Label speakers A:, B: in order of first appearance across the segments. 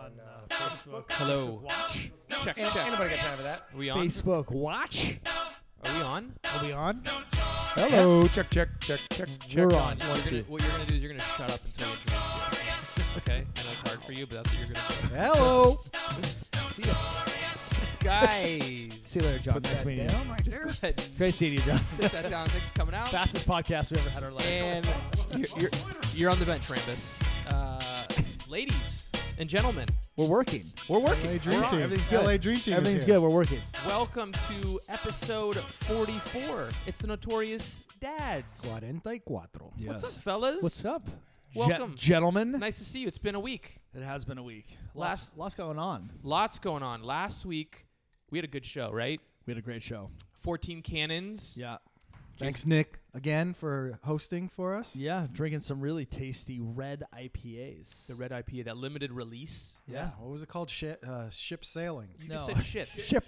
A: uh, Facebook.
B: Hello. Check,
A: Ain't- ain't
B: check.
A: nobody got time for that.
B: Are we on?
A: Facebook Watch.
B: Are we on?
A: Are we on?
C: Hello. Check, check, check, check, check.
A: We're on.
B: What you're, gonna, what you're gonna do is you're gonna shut up until I introduce you. Okay? I know it's hard for you, but that's what you're gonna do.
A: Hello. See you,
B: Guys!
A: see you later, John.
C: Put that
A: Nice meeting you.
C: down right there.
B: Good.
A: Great seeing you, John.
B: Sit that down. Thanks for coming out.
A: Fastest podcast we ever had in our life.
B: And you're, you're, you're on the bench, Rambus. Uh, ladies and gentlemen,
A: we're working.
B: we're
C: LA
B: working.
C: Dream
B: We're on.
C: Team.
A: Everything's good.
C: LA Dream Team.
A: Everything's
C: is here.
A: good. We're working.
B: Welcome to episode 44. It's the Notorious Dads. What's up, fellas?
A: What's up?
B: Welcome.
C: gentlemen.
B: Nice to see you. It's been a week.
A: It has been a week.
B: Last-
A: Last, lots going on.
B: Lots going on. Last week, we had a good show, right?
A: We had a great show.
B: 14 cannons.
A: Yeah.
C: Thanks, Nick, again for hosting for us.
A: Yeah. Drinking some really tasty red IPAs.
B: The red IPA, that limited release.
C: Yeah. What was it called? Shi uh, ship sailing.
B: You just
A: No.
B: said shit.
A: Ship.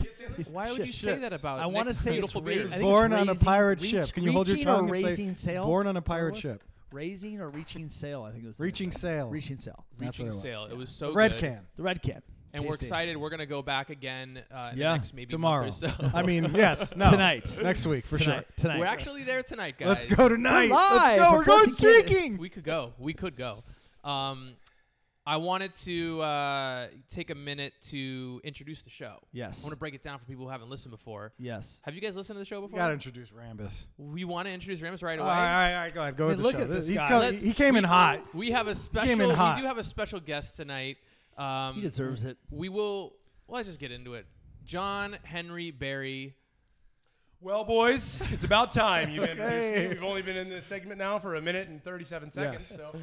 B: Why would you say that about
A: I want to
B: Nick's
A: say it's
B: beautiful
A: ra-
B: beer?
A: I think it's
C: Born on a
A: raising-
C: pirate
A: reach-
C: ship. Can you hold your
A: reaching or
C: tongue and say
A: raising
C: it's
A: sail?
C: born on a
A: What
C: pirate
A: was it?
C: ship?
A: Raising or reaching sail? I think it was the name
C: Reaching
A: of it.
C: sail.
A: Reaching sail.
C: That's what
B: Reaching
C: it was.
B: sale. It was so
C: Red
B: good.
C: can.
A: The red can.
B: And we're
A: Tasty.
B: excited. We're going to go back again uh, in the
A: Yeah.
B: next maybe
C: Tomorrow.
B: month or so.
C: I mean, yes. No.
A: Tonight.
C: Next week for
A: tonight, Tonight.
B: We're actually there tonight, guys.
C: sure. Let's go tonight.
A: live.
C: Let's go.
A: We're
C: We're, going
A: going to-
C: streaking.
B: We could go. We could go. Um, I wanted to uh, take a minute to introduce the show. I
A: Yes.
B: want to break it down for people who haven't listened before.
A: Yes.
B: Have you guys listened to the show
C: We
B: before?
C: gotta introduce Rambus.
B: We want to introduce Ramos right
C: All
B: away.
C: right, all right, all right, go ahead. Go
A: I
C: with
A: mean,
C: the
A: look
C: show.
A: at this
C: He's
A: guy.
C: come-
B: Let's-
C: Oh, he came in
B: we-
C: hot.
B: We have a special.
C: in
B: We
C: hot.
B: do have a special guest tonight. Um,
A: He deserves it.
B: We will. Well, let's just get into it. John Henry Barry.
D: Well, boys, it's about time. You've
C: Okay.
D: introduced me. We've only been in this segment now for a minute and 37 seconds,
C: Yes.
D: so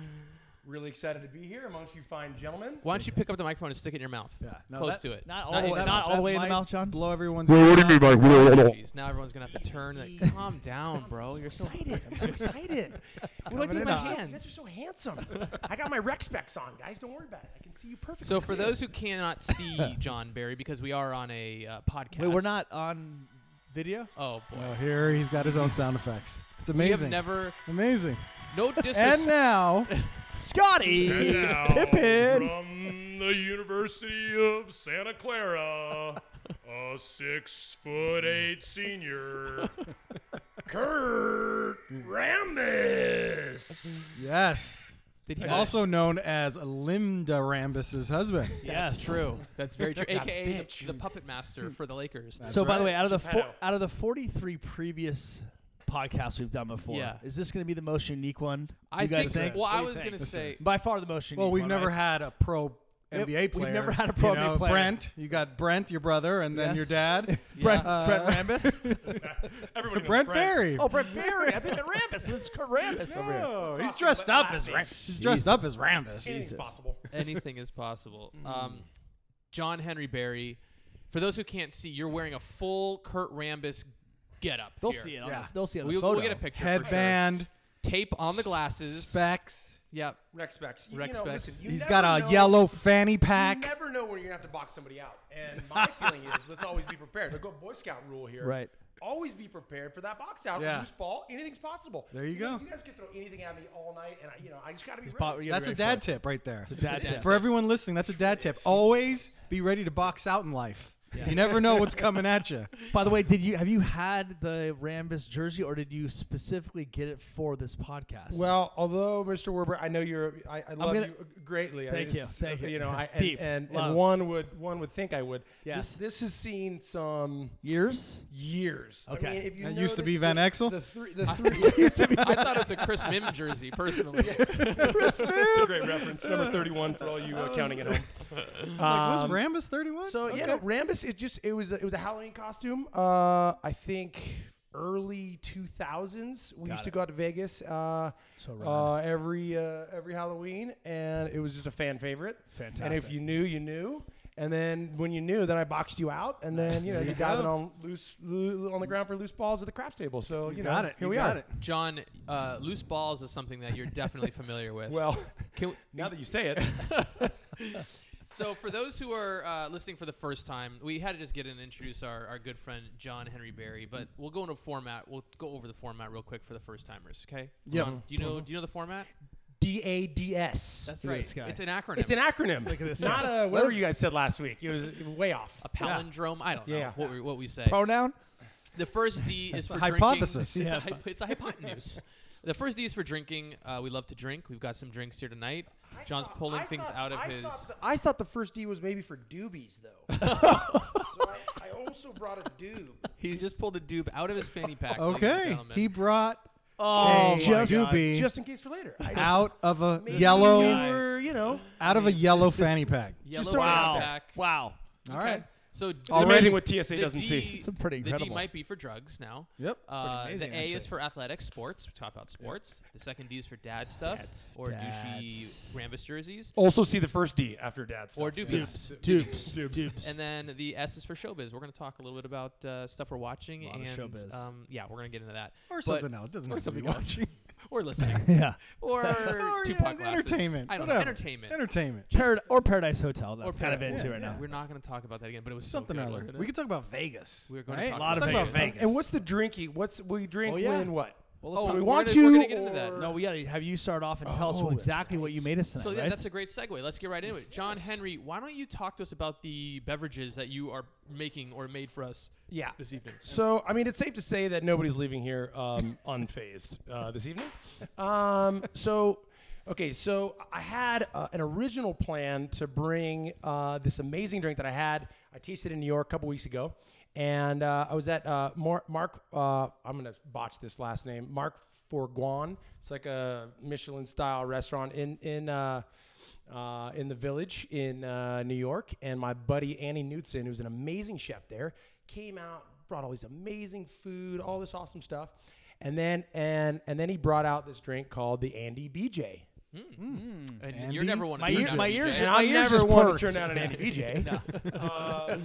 D: really excited to be here amongst you fine gentlemen.
B: Why don't you pick up the microphone and stick it in your mouth?
C: Yeah, no,
B: Close
C: that-
B: to it.
A: Not all,
B: Not
A: the way,
B: in-
A: not all the
C: that
A: way in the
C: might
A: mouth, John.
C: Blow everyone's.
B: Jeez, now everyone's gonna have to turn. Like, calm down, bro. You're so
D: excited. I'm so excited.
B: What do I do with my
C: Coming in
D: You guys are
B: hands?
D: so handsome. I got my rec specs on, guys. Don't worry about it. I can see you perfectly.
B: So for
D: clear.
B: those who cannot see John Barry, because we are on a uh, podcast.
A: Wait, we're not on video?
B: Oh boy.
C: Oh, here he's got his own sound effects. It's
B: We have
C: amazing.
B: never.
C: amazing.
B: No disrespect.
C: And now,
A: Scotty!
D: And now,
A: Pippin.
D: from the University of Santa Clara, a six foot eight senior, Kurt Rambis.
C: yes,
B: Did he
C: also known as Linda Rambus's husband.
B: That's
A: Yes.
B: true. That's very true.
C: That
B: AKA
C: bitch. Hmm.
B: the, the puppet master for the Lakers.
A: So, by the way, out of the
D: Geppetto.
A: four, out of the 43 previous podcasts we've done before,
B: Yeah.
A: is this going to be the most unique one?
B: I
A: you guys
B: think.
A: think?
B: Well,
C: What
B: I
C: do you
B: was
C: think?
B: gonna
C: This
B: say.
C: is-
A: By far the most unique
C: Well, we've
A: one,
C: never
A: right?
C: had a pro
A: Yep,
C: NBA
A: we've
C: player.
A: never had a
C: you
A: pro
C: know,
A: NBA player.
C: Brent, you got Brent, your brother, and then
A: Yes.
C: your dad.
A: Brent,
C: Uh,
B: Yeah.
A: Brent Rambis?
D: Everybody knows
C: Brent Barry.
A: oh, Brent Barry. I think the Rambis. This is Kurt Rambis over here.
C: No, he's dressed up as Ram- he's dressed up as Rambus.
D: Anything's possible.
B: Anything is possible.
A: Mm.
B: Um, John Henry Barry. For those who can't see, you're wearing a full Kurt Rambis getup.
A: They'll
B: here.
A: see it. On
C: Yeah.
A: the, they'll see it on
B: We,
A: the
B: will
A: photo.
B: get a picture. for sure.
C: Headband,
B: Tape on the glasses.
C: specs.
B: Yep.
D: Rec specs. You,
B: Rec
D: you know,
B: specs.
D: Listen, you
C: He's
D: never
C: got a
D: know-
C: yellow fanny
D: You
C: pack.
D: never know when you're gonna have to box somebody out. And my feeling is, let's always be prepared. Look, go Boy Scout rule here.
A: Right.
D: Always be prepared for that box out.
C: Yeah.
D: Loose ball, anything's possible.
C: There you go.
D: You guys can throw anything at me all night, and I, you know, I just gotta be
A: Pop-
D: ready.
A: you gotta
C: That's a
A: be
C: dad
A: ready
C: tip right there.
A: for it. Dad
B: That's
A: tip.
B: it.
C: For everyone listening, that's a dad tip. Always be ready to box out in life. You never know what's coming at you.
A: By the way, did you have you had the Rambis jersey, or did you specifically get it for this podcast?
D: Well, although Mr. Werber, I know you're, I, I love
A: gonna-
D: you greatly. I
A: Thank you,
D: just-
A: thank you.
D: You know, I,
A: It's
D: and,
A: deep.
D: and, and
A: Love.
D: one would one would think I would.
A: Yes.
D: This, this has seen some
A: years.
D: years. I
A: Okay.
D: mean, if you
C: That used to
D: notice
C: be Van
D: the-
C: Exel?
D: The three, the three.
B: I thought it was a Chris Mim jersey, personally.
D: That's a great reference. Number 31 for all you uh, counting at home.
C: Like,
D: Um,
C: was Rambus 31?
D: So yeah,
C: Okay.
D: no, Rambus. It just it was a, it was a Halloween costume. Uh, I think early 2000s. We
A: Got
D: used to
A: it.
D: go out to Vegas uh,
A: So
D: uh, every uh, every Halloween, and it was just a fan favorite. And if
A: Fantastic.
D: you knew, you knew. And then when you knew, then I boxed you out, and then you know you're diving on loose loo- on the ground for loose balls at the craps table. So you, know,
C: got it.
D: Here
C: You
D: we
C: got
D: are.
C: it.
B: John, uh, loose balls is something that you're definitely familiar with.
D: Well,
B: Can we-
D: now that you say it,
B: So, for those who are uh, listening for the first time, we had to just get in and introduce our, our good friend John Henry Barry, but we'll go into format. We'll go over the format real quick for the first timers. Okay?
C: Yep.
B: John, do you know Do you know the format?
A: do
D: D A D S.
B: That's
A: Look at
B: right.
A: this guy.
B: It's an acronym.
D: It's an acronym.
A: Look at this
D: Not
A: guy.
D: a whatever you guys said last week. It was way off.
B: a palindrome. I don't know
D: Yeah.
B: what we, what we say.
A: Pronoun?
B: The first D is for
C: a
B: drinking.
C: hypothesis.
B: It's, a,
A: Yeah.
B: hy- it's a hypotenuse. the first D is for drinking. Uh, we love to drink. We've got some drinks here tonight. John's pulling things out of his.
E: I thought the first D was maybe for doobies, though. so I, I also brought a doob.
D: Oh
B: he's just pulled a dupe out of his fanny pack. ladies and
C: Okay.
B: gentlemen.
C: He brought
A: Oh,
C: a
A: my
C: just,
A: God.
C: doobie
D: Just in case for later. I just-
C: out of a
D: maybe
C: yellow
D: we were, you know.
C: out of a yellow fanny pack.
B: Yellow
D: throw it out
B: fanny
D: there.
B: pack.
A: Wow.
C: All right.
B: So it's
C: amazing Already-
D: what TSA doesn't
B: the
D: see.
B: D,
A: It's pretty
B: The D
A: incredible.
B: might be for drugs now.
C: Yep.
B: Uh,
A: Pretty amazing,
B: the A is
A: actually.
B: for athletics, sports. We talk about sports. The second D is for dad stuff
A: Dads.
B: or
A: Dads.
B: douchey Rambus jerseys
D: Also see the first D after dad's.
B: or doobies.
A: Dupes. Dupes.
B: And then the S is for showbiz. We're going to talk a little bit about uh, stuff we're watching
A: Lot of
B: and
A: showbiz.
B: Um, yeah, we're going to get into that
C: Or
B: But-
C: something else. Doesn't
B: or
C: have to be
B: something else.
C: watching.
B: or listening
A: Yeah.
B: or,
C: Or,
B: Tupac
C: yeah,
B: glasses.
C: entertainment.
B: I don't know
C: Whatever.
B: entertainment.
C: Entertainment.
A: Parad- or Paradise Hotel. That
B: Or
A: we're kind of
B: Parad-
A: into
C: yeah,
A: right
C: yeah.
A: now.
B: We're not going to talk about that again, but it was
C: Something
B: so
C: or
B: good,
C: other.
B: wasn't it?
C: We could talk about Vegas.
B: We were gonna
C: right?
B: talk
A: A lot
C: Let's
A: of
C: talk
A: Vegas.
C: about Vegas.
D: And what's the drinky? What's will you drink
A: Oh, yeah.
D: when what?
B: Oh,
A: Well, let's
D: So
A: talk-
B: we
D: we
B: want
D: want
B: to
D: to,
B: we're gonna get into that.
D: or-
A: no, we gotta have you start off and tell us
D: Oh,
A: what-
D: that's
A: exactly what you made us tonight.
B: So yeah,
A: right?
B: that's a great segue. Let's get right into it. John Henry, why don't you talk to us about the beverages that you are making or made for us
D: Yeah.
B: this evening?
D: So, I mean, it's safe to say that nobody's leaving here um, unfazed uh, this evening. Um, so, okay, so I had uh, an original plan to bring uh, this amazing drink that I had. I tasted in New York a couple weeks ago, and uh, I was at uh, Mar- Mark. Uh, I'm gonna botch this last name. Mark Forguan. It's like a Michelin-style restaurant in in. Uh, uh, in the village in uh, New York, and my buddy Annie Knutson, who's an amazing chef there, came out, brought all these amazing food, all this awesome stuff, and then and and then he brought out this drink called the Andy BJ.
B: And
C: Andy?
B: you're never one. to
A: Mm. My
B: turn
A: ear-
B: down
A: my
B: a
A: ears
B: DJ.
D: And
A: My
D: I
A: ears
D: never
A: just
D: wanted
A: perked.
D: to turn down an Andy BJ. Uh,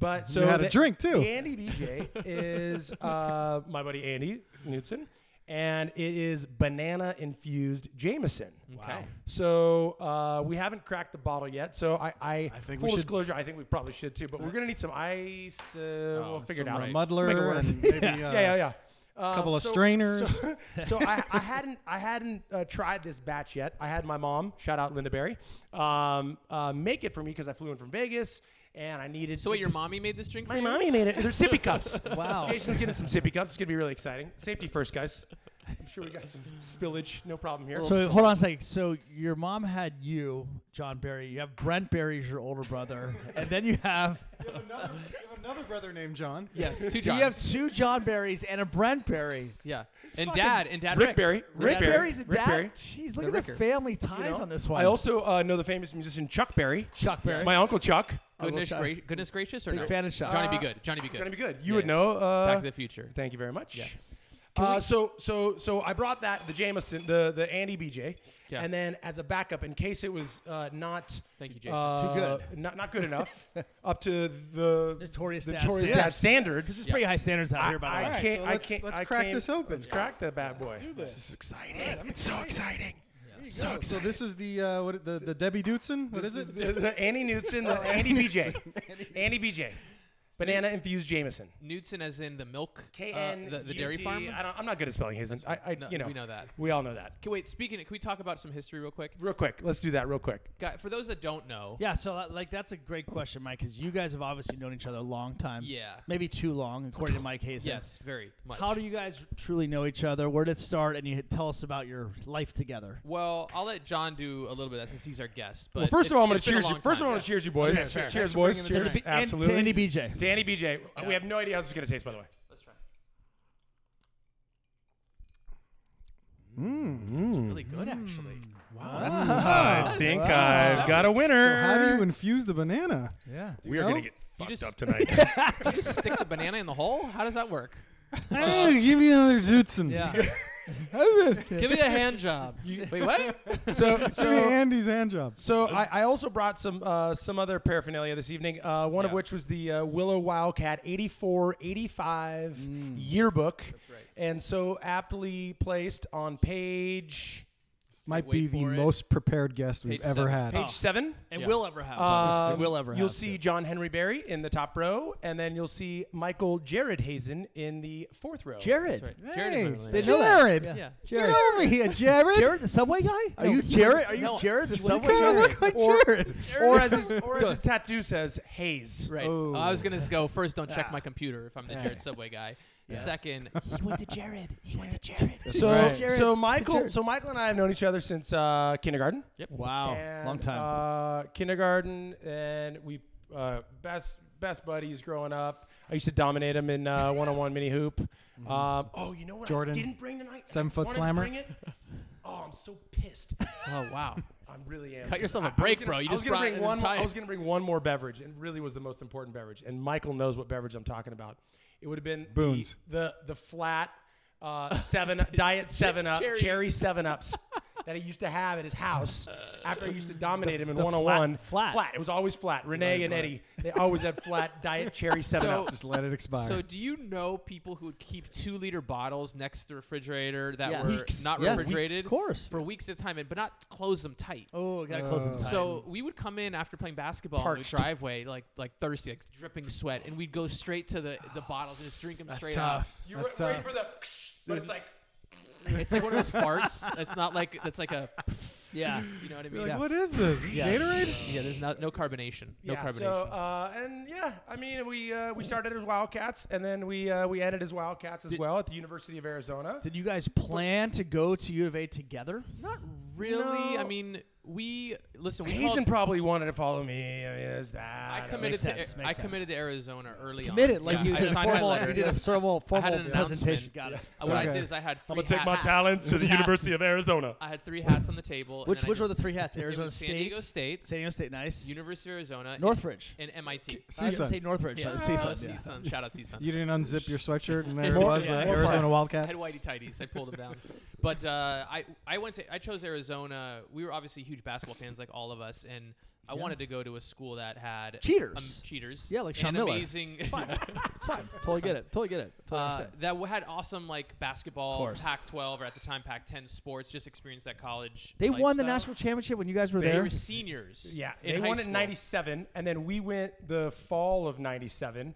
D: but so
C: had a
D: the-
C: drink, too.
D: the Andy BJ is uh, my buddy Andy Knutson, and it is banana infused Jameson.
B: Okay.
D: So uh, we haven't cracked the bottle yet. So I, I,
C: I think
D: full
C: we should- Uh,
D: disclosure, I think we probably should too. But we're gonna need some ice. Uh, we'll figure it
C: Some
D: out.
B: right.
D: Make it
C: muddler
D: work.
C: and maybe uh,
D: yeah, yeah, yeah. A
C: couple of strainers.
D: So, so I, I hadn't, I hadn't uh, tried this batch yet. I had my mom, shout out Linda Berry, um, uh, make it for me because I flew in from Vegas and I needed.
B: So wait, your
D: this-
B: mommy made this drink for
D: My
B: you?
D: mommy made it. They're sippy cups.
A: Wow.
D: Jason's getting some sippy cups. It's gonna be really exciting. Safety first, guys. I'm sure we got some spillage. No problem here.
A: So hold on a second. So your mom had you, John Barry. You have Brent Barry as your older brother, and then you have
C: You have another, you have another brother named John.
B: Yes, two
A: so you have
B: Johns.
A: two John Berries and a Brent Berry.
B: Yeah. And
C: fucking
B: dad and dad
D: Rick
B: Rick
D: Barry.
B: The
A: Rick
B: dad
A: Berry's the
D: Rick
A: dad.
D: Berry.
A: Jeez, look
B: The
A: at the
B: Ricker.
A: family
D: you
A: ties
D: know?
A: on this one.
D: I also uh, know the famous musician Chuck Berry.
A: Chuck Berry.
D: My uncle Chuck.
A: Uncle
B: Goodness,
A: Chuck.
B: gra- goodness gracious or
A: Big
B: no?
A: fan of Chuck.
B: Johnny
D: Uh,
B: be good. Johnny be good.
D: Gonna be good. You
B: Yeah,
D: would
B: yeah.
D: know. Uh,
B: Back to the future.
D: Thank you very much.
B: Yeah.
D: Uh, so so so I brought that the Jameson the the Andy BJ,
B: Yeah.
D: and then as a backup in case it was uh, not
B: Thank you, Jason.
D: uh,
A: Too good.
D: not not good enough up to the
A: Notorious
D: the
A: dad
D: notorious
A: standards.
D: dad standards.
A: This is pretty high standards out here, by the
D: I
A: way.
C: Alright,
D: can't.
C: so
D: I
C: let's-
D: can't.
C: let's
D: I
C: crack
D: can't-
C: this open.
D: Let's crack that bad boy.
C: do this.
D: is exciting. it's so exciting.
C: So, so this is the uh, what the the Debbie Dootson. What is
D: This is
C: it?
D: the, the Andy Knutson, the Andy BJ, Andy BJ, banana infused Jameson.
B: Knudsen as in the milk. uh,
D: K N
B: the, the dairy farm.
D: I don't, I'm not good at spelling his. I, I
B: No,
D: you know,
B: we know that.
D: We all know that.
B: Okay, wait, speaking of, can we talk about some history real quick?
D: Real quick, let's do that real quick.
B: Guy- For those that don't know,
A: Yeah, so uh, like that's a great question, Mike, because you guys have obviously known each other a long time.
B: Yeah.
A: maybe too long, according to Mike Hazen.
B: yes, very much.
A: How do you guys truly know each other? Where did it start? And you tell us about your life together.
B: Well, I'll let John do a little bit of that since he's our guest. But
D: Well, first of
B: it's-
D: all, I'm going
B: it's
D: to
B: been a
D: cheers you.
B: long
D: First of
B: time,
D: all, I'm
B: yeah.
D: going to cheers you, boys. Cheers,
C: cheers.
D: boys. Cheers,
A: And-
D: absolutely.
A: And to Andy BJ.
D: Danny BJ. We have no idea how this is going to taste, by the way.
B: Let's try.
D: Mm.
B: Really good, actually.
A: Wow,
D: I think I've got a winner.
C: So how do you infuse the banana?
A: yeah.
D: we are going
C: know?
D: to get
B: You
D: fucked
B: just-
D: up tonight.
B: You just stick the banana in the hole? How does that work?
C: Hey, give me another Dootson.
B: Yeah.
C: give
B: Give me a hand job. Wait, what?
D: so,
C: me
D: so,
C: Andy's hand job.
D: so I, I also brought some uh, some other paraphernalia this evening. Uh, one of
B: Yeah.
D: which was the uh, Willow Wildcat 84 85
B: Mm.
D: yearbook.
B: That's right.
D: And so aptly placed on page
C: Might
B: Wait
C: be the
B: for it.
C: most prepared guest
B: Page
C: we've ever
B: seven.
C: had.
D: Page
A: Oh.
D: seven.
A: And
B: Yeah.
A: will ever have.
D: Um,
A: and will ever
D: you'll
A: have,
D: see
A: too.
D: John Henry Barry in the top row, and then you'll see Michael Jared Hazen in the fourth row.
B: That's
A: Jared.
B: right. Jared is
C: Hey,
B: my
A: They
B: name.
A: know that.
C: Jared,
A: Yeah.
B: Yeah.
C: get over here, Jared.
A: Jared the subway guy? Are you Jared? Are you
B: No,
A: Jared the
B: he wasn't
A: subway
C: you kind
A: guy?
C: of look like
D: Or-
C: Jared.
D: Or as his, or as his tattoo says, Hayes.
B: Right.
C: Oh.
B: I was gonna go first. Don't check
A: Ah.
B: my computer if I'm the
C: Yeah.
B: Jared Subway guy.
A: Yeah.
B: Second, he went to Jared. He went to Jared.
D: So,
C: right.
D: so Michael, so Michael and I have known each other since uh, kindergarten.
A: Wow,
D: And,
A: long time.
D: Uh, kindergarten, and we uh, best best buddies growing up. I used to dominate him in uh, one-on-one mini hoop.
B: Mm-hmm.
D: Um, oh, you know what?
C: Jordan,
D: I didn't bring tonight.
C: seven
D: I
C: foot
D: wanted to
C: slammer.
D: bring it. Oh, I'm so pissed.
B: Oh wow.
D: I'm really am.
B: Cut yourself
D: a
B: a break, bro. You
D: I was
B: just
D: gonna
B: brought
D: bring
B: an
D: one.
B: entire-
D: I was gonna bring one more beverage, and really was the most important beverage. And Michael knows what beverage I'm talking about. It would have been the-
C: Boone's.
D: the the, flat uh, seven diet seven up
B: Cherry.
D: cherry, seven ups that he used to have at his house. After I used to dominate him in
A: the
D: one on one
A: flat- flat.
D: It was always flat. Renee and Eddie they always had flat diet cherry seven
B: So-
D: up.
C: Just let it expire.
B: So, do you know people who would keep two liter bottles next to the refrigerator that
A: Yes.
B: were
A: Weeks.
B: not
A: Yes.
B: refrigerated
A: Of course.
B: for weeks at a time, and but not close them tight?
A: Oh, gotta close them
C: Uh,
A: tight.
B: So we would come in after playing basketball in the
D: Parched.
B: driveway, like like thirsty, like dripping sweat, and we'd go straight to the the bottles and just drink them
C: That's
B: straight
C: tough.
D: You
C: That's
D: were
C: tough.
B: uh,
D: waiting for the, but it's like
B: up. It's like one of those farts. It's not like it's like a,
A: yeah,
B: you know what I
C: You're
B: mean?
C: like,
A: Yeah.
C: what is this? Is this
A: Yeah.
C: Gatorade?
B: Yeah, there's no no carbonation. No
D: yeah,
B: carbonation.
D: so uh, and yeah, I mean we uh, we started as Wildcats and then we uh, we ended as Wildcats as
A: Did-
D: well at the University of Arizona.
A: Did you guys plan to go to U of A together?
B: Not really. I
D: No.
B: mean, we listen. We
D: Hazen
B: called,
D: probably wanted to follow me. I mean, there's
B: I
D: that.
B: committed
A: Makes
B: to
A: sense,
B: Ar-
A: makes
B: I committed to Arizona early
A: Committed,
B: on.
A: like
B: Yeah,
A: you
B: I
A: did a
B: signed my
A: formal,
B: letter,
A: you did a
B: yes.
A: formal,
B: I had
A: formal
B: an
A: presentation.
B: announcement.
A: Got it.
B: Uh, What I
C: Okay.
B: did is I had. Three
D: I'm gonna take my
B: hats.
D: talents to the
A: Three hats.
D: University of Arizona.
B: I had three hats on the table. and
A: Which
B: then I
A: which were the
B: just-
A: three hats?
B: it was
A: Arizona
B: San
A: State,
B: Diego State,
A: San Diego State, nice.
B: University of Arizona,
A: Northridge.
B: and, and MIT.
A: I was gonna
C: CSUN.
A: say Northridge.
B: Uh, Yeah,
A: Yeah.
B: uh,
A: CSUN. yeah.
B: CSUN. Shout out CSUN.
C: You didn't unzip your sweatshirt, and there it
D: More-
C: was, uh,
D: yeah, more
C: Arizona
B: I
C: Wildcat.
B: had whitey tighties. I pulled them down. But uh, I I went to I chose Arizona. We were obviously huge basketball fans, like all of us, and I
A: Yeah.
B: wanted to go to a school that had um,
A: Cheaters.
B: cheaters.
A: Yeah, like Sean
B: and
A: Miller.
B: amazing.
A: It's fine. Totally get it. Totally get it. Totally
B: Uh,
A: understand.
B: that w- had awesome like basketball,
A: course.
B: Pac-12 or at the time Pac-10 sports. Just experienced that college.
A: They won the
B: lifestyle.
A: national championship when you guys were
B: They
A: there.
B: were seniors.
D: Yeah,
B: in
D: they
B: high
D: won it in
B: school.
D: '97, and then we went the fall of '97.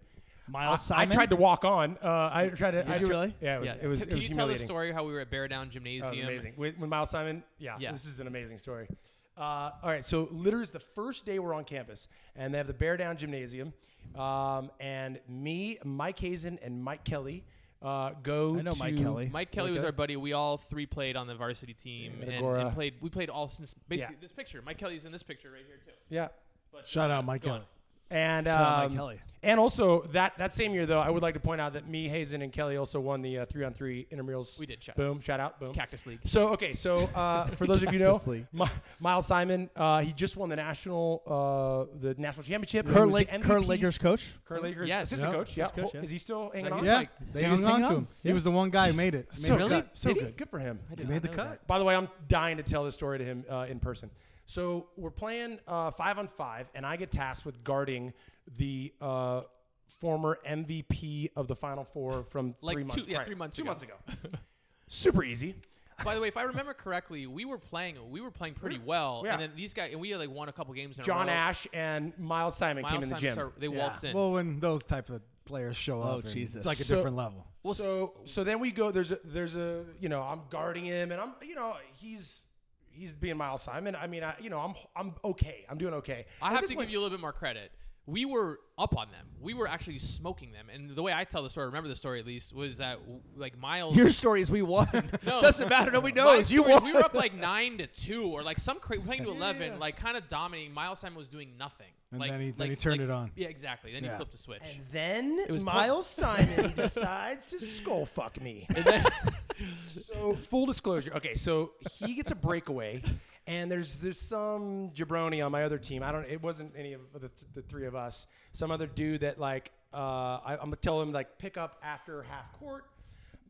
A: Miles
D: Uh, I, I
A: Simon?
D: tried to walk on. Uh, I tried to.
A: Did
D: I
A: you
D: tri-
A: really?
D: Yeah, it was.
B: yeah.
D: It was.
B: Can
D: it was
B: you tell the
D: humiliating.
B: story how we were at Bear Down Gymnasium?
D: That was amazing. With, with Miles Simon, yeah,
B: Yeah.
D: this is an amazing story. Uh, all right, so literally it's the first day we're on campus, and they have the Bear Down Gymnasium, um, and me, Mike Hazen, and Mike Kelly uh, go.
A: I know
D: to,
A: Mike Kelly.
B: Mike Kelly was
D: Okay.
B: our buddy. We all three played on the varsity team
D: Yeah,
B: and,
D: Medagora.
B: and played. We played all since basically
D: Yeah.
B: this picture. Mike Kelly's in this picture right here too.
D: Yeah,
B: But
C: Shout out,
B: uh,
C: Mike
B: go on.
C: Kelly.
D: and
A: Shout out Mike
D: um,
A: Kelly.
D: And also that that same year though, I would like to point out that me, Hazen, and Kelly also won the uh, three on three intramurals.
B: We did, shout out.
D: boom, shout out, boom.
B: Cactus League.
D: So okay, so uh, for those of you who
A: Cactus
D: know,
A: League.
D: My, Miles Simon, uh, he just won the national uh, the national championship. He
A: Kurt,
D: was the
A: Lake, Kurt
D: MVP.
A: Lakers coach.
D: Current Lakers
B: Yes.
D: assistant
C: Yeah.
D: coach. Yeah.
A: Assistant coach, yeah.
D: Is he still hanging
B: Like,
D: on?
B: he's
C: Yeah,
B: like-
C: they
A: Hang
C: hung
A: on
C: on
A: to
C: to
A: him.
C: him. He was the one guy who made it.
D: So
C: Made the
B: really?
C: cut.
D: So
B: Did he?
D: good. Good for him.
C: He made the cut.
D: By the way, I'm dying to tell this story to him uh, in person. So we're playing uh, five on five, and I get tasked with guarding the uh, former MVP of the Final Four from
B: Like
D: three
B: two-
D: months.
B: yeah,
D: prior.
B: three months
D: two
B: ago.
D: months ago. Super easy.
B: By the way, if I remember correctly, we were playing. We were playing pretty well,
D: Yeah.
B: and then these guys and we like won a couple games. In
D: John
B: a row.
D: Ash and Miles Simon
B: Miles
D: came in the
B: Simon
D: gym.
B: started- they
C: Yeah.
B: waltzed in.
C: Well, when those type of players show
A: Oh,
C: up, and
A: Jesus.
C: it's like a
D: So-
C: different level.
B: Well,
D: so so then we go. There's a there's a you know I'm guarding him and I'm you know he's he's being Miles Simon. I mean I you know I'm I'm okay. I'm doing okay.
B: I
D: At
B: have
D: this
B: to
D: point-
B: give you a little bit more credit. We were up on them. We were actually smoking them. And the way I tell the story, remember the story at least, was that w- like Miles.
A: Your story is we won.
B: No.
A: Doesn't matter. Nobody
B: My
A: knows. You
B: story is
A: won.
B: We were up like nine to two, or like some cra- playing to eleven,
D: yeah.
B: like kind of dominating. Miles Simon was doing nothing.
C: And
B: like,
C: then he- then
B: like-
C: he turned
B: like-
C: it on.
B: Yeah, exactly. Then he
C: Yeah.
B: flipped the switch.
D: And then
B: was
D: Miles Simon decides to skull fuck me. so full disclosure. Okay, so he gets a breakaway, and there's there's some jabroni on my other team. I don't. It wasn't any of the, the three of us. Some other dude that like uh, I, I'm gonna tell him like pick up after half court,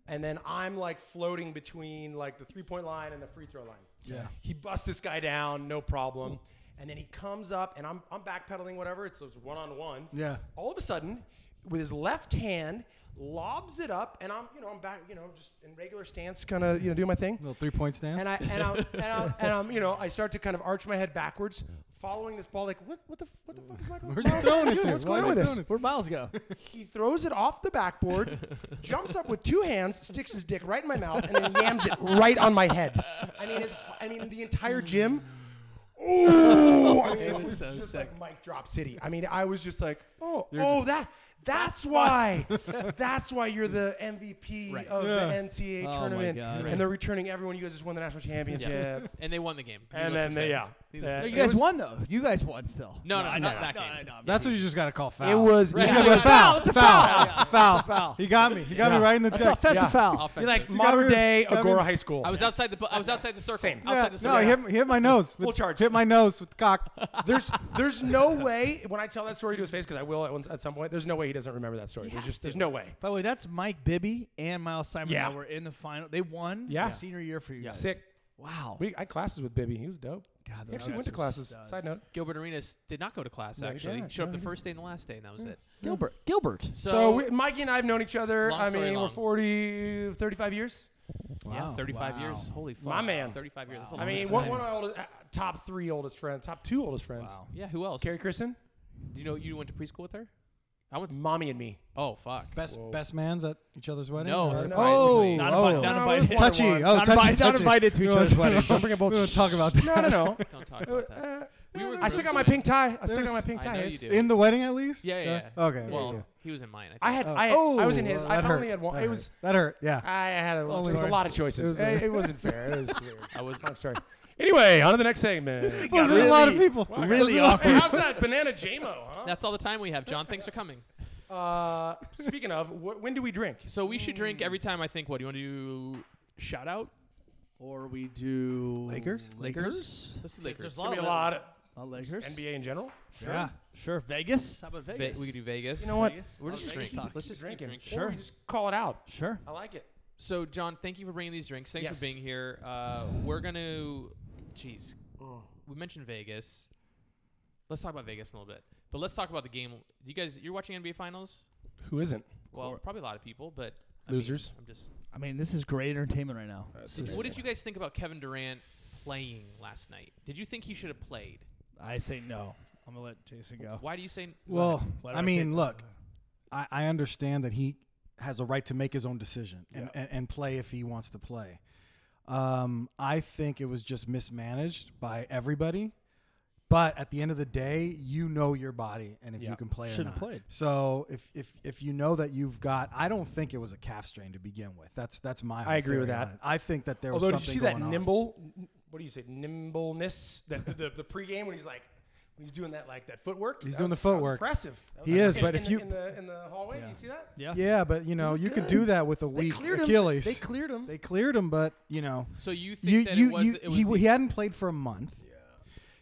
D: and then I'm like floating between like the three point line and the free throw line.
C: Yeah.
D: He busts this guy down, no problem. And then he comes up, and I'm, I'm backpedaling, whatever. It's one on one.
C: Yeah.
D: All of a sudden, with his left hand, lobs it up, and I'm, you know, I'm back, you know, just in regular stance, kind of, you know, do my thing.
C: Little three point stance.
D: And I and I'm, and I'm and I'm you know I start to kind of arch my head backwards, following this ball like what what the f- what the fuck is Michael?
C: Where's
D: Miles
C: he throwing it
D: doing?
C: to?
D: What's
C: Why
D: going on
C: is he
D: with this?
C: throwing it?
A: Where'd Miles go?
D: He throws it off the backboard, jumps up with two hands, sticks his dick right in my mouth, and then yams it right on my head. I mean, his, I mean the entire gym. Ooh, I mean, it
B: was
D: was
B: so
D: just
B: sick.
D: like mic drop city. I mean, I was just like, oh, oh, that. That's why. That's why you're the MVP of
C: Yeah.
D: the NCAA
A: Oh my
D: tournament,
A: God.
D: and they're returning everyone. You guys just won the national championship.
B: and they won the game.
D: And then
B: needless to
D: they-
B: say.
D: yeah.
B: Needless
D: Yeah.
B: to
A: you
B: say.
A: guys won though. You guys won still.
B: No, no, not that
A: no,
B: game.
A: no, no, I'm
C: That's what you just got to call foul.
D: It was.
B: Right.
D: you
C: You
D: should
C: should
B: Yeah,
D: have
C: go
D: went
B: it's a
C: foul.
A: It's a
C: foul.
A: foul.
C: It's a foul.
A: It's a foul.
C: He got me. He got me
D: Yeah.
C: right in the
A: That's
C: dick.
A: offensive
D: Yeah.
A: foul.
B: Offensive.
D: You're like
C: You
D: modern
C: gotta-
D: day
C: gotta-
D: Agora High School.
B: I was outside the bu- I was outside the circle.
D: Same.
B: Outside the
C: no,
B: circle.
C: he hit, he hit my nose. With,
D: Full charge.
C: Hit my nose with cock.
D: there's there's no way when I tell that story to his face because I will at, one, at some point. There's no way he doesn't remember that story. there's just there's no way.
A: By the way, that's Mike Bibby and Miles Simon
D: Yeah.
A: that were in the final. They won
D: Yeah.
A: the senior year for you guys.
D: Sick.
A: Wow.
D: We I had classes with Bibby. He was dope.
A: God,
D: He
A: those
D: actually
A: guys
D: went to
A: were
D: classes.
A: studs.
D: Side note.
B: Gilbert Arenas did not go to class
D: No, he
B: actually.
D: didn't.
B: Showed up
D: No,
B: the
D: he
B: first day and the last day, and that was it.
A: Gilbert. Gilbert.
D: Hmm. So,
B: So,
D: we, Mikey and I have known each other.
B: Long
D: I
B: story
D: mean, we're
B: long.
D: 40, 35 years.
B: yeah,
C: Wow.
B: 35
A: Wow.
B: years. Holy fuck.
D: My man.
B: 35 years. That's a
D: I
B: long
D: mean,
B: time.
D: one, one of my oldest, uh, top three oldest friends, top two oldest friends.
A: Wow.
B: Yeah, who else?
D: Carrie Kristen,
B: Do you know you went to preschool with her? I went. To,
D: mommy and me.
B: oh fuck.
C: Best
D: Whoa.
C: best man's at each other's wedding.
B: No,
C: Or-
B: surprisingly.
C: oh,
A: Not,
C: oh.
A: invi- not
D: No,
A: invited.
D: it's
C: touchy.
D: one.
C: Oh,
A: not,
C: touchy,
A: invited, not
C: touchy.
A: invited to
C: We
A: each
C: won't-
A: other's weddings.
C: we won't talk about that.
D: No, no, no.
B: Don't talk
D: Uh,
B: about that.
D: uh,
B: We were
D: I still got my
B: groupmates.
D: pink tie. I still
C: There's-
D: got my pink tie.
B: I know
D: His-
B: you do.
C: In the wedding, at least.
B: yeah, yeah, yeah.
C: Okay. okay,
B: Well,
C: okay.
B: he was in mine. I think.
D: I had,
C: Oh,
D: I, I was in his.
C: oh,
D: I
C: that hurt.
D: only had one.
C: That
D: It
C: hurt.
D: was,
C: that hurt. Yeah.
D: I had a,
C: Oh,
D: there was a
C: sorry.
D: lot of
C: It
D: choices.
C: was
D: It,
C: a-
D: it, wasn't fair. It was weird.
B: I was.
D: Long story. Anyway, on to the next segment.
A: got
C: Those are a lot of
A: really-
C: people.
A: really
C: Those are-
D: hey, how's that banana JMO, huh?
B: That's all the time we have, John. Thanks for coming.
D: Uh, speaking of, wh- when do we drink?
B: So we should drink every time. I think. What do you want to do? Shout out.
A: Or we do
C: Lakers?
A: Lakers.
B: Let's do
A: There's
B: Lakers.
A: a
D: It's gonna be a
A: of
D: lot of
A: Uh, Lakers.
D: NBA in general.
C: Yeah.
A: Sure. Vegas. How about
B: Ve-
A: Vegas?
B: we could do Vegas.
D: You know what?
A: Vegas?
B: We're
A: Oh,
B: just
A: Vegas
B: drinking.
A: talk.
B: Let's just keep
D: drinking.
B: drinking.
D: Or
A: Sure.
D: we just call it out.
A: Sure.
D: I like it.
B: So, John, thank you for bringing these drinks. Thanks
D: Yes.
B: for being here. Uh, we're gonna, jeez,
C: Mm.
B: we mentioned Vegas. Let's talk about Vegas in a little bit, but let's talk about the game. You guys, you're watching NBA Finals.
D: Who isn't?
B: Well,
A: Cor-
B: probably a lot of people, but I
D: Losers.
B: mean, I'm just.
A: I mean, this is great entertainment right now.
B: What did you guys think about Kevin Durant playing last night? Did you think he should have played?
A: I say no. I'm gonna let Jason go.
B: Why do you say? go
C: Oh. Well,
B: ahead.
A: Why do
C: I
A: say
C: mean,
A: no?
C: look, I, I understand that he has a right to make his own decision and,
D: Yeah.
C: and, and play if he wants to play. Um, I think it was just mismanaged by everybody. But at the end of the day, you know your body and if
D: Yeah.
C: you can play or
A: Should've
C: not.
A: played.
C: So if, if if you know that you've got, I don't think it was a calf strain to begin with. That's that's my. whole
D: agree with
C: theory
D: that.
C: on it. I think that there
D: Although,
C: was
D: did you
C: something
D: see that
C: going on.
D: nimble? n- What do you say? Nimbleness. That the, the pregame when he's like, when he's doing that like that footwork.
C: He's
D: That
C: doing
D: was-
C: the
D: that was
C: footwork.
D: impressive. That was
C: He
D: like-
C: is,
D: in-
C: but
D: in
C: if
D: the-
C: you-
D: in the in the hallway,
A: Yeah.
D: you see that?
A: Yeah.
C: Yeah, but you know you can do that with a weak Achilles.
D: Him. They cleared him.
C: They cleared him, but you know
B: So you think
C: you,
B: that
C: you,
B: it was?
C: you,
B: it was
C: he,
B: the-
C: he hadn't played for a month.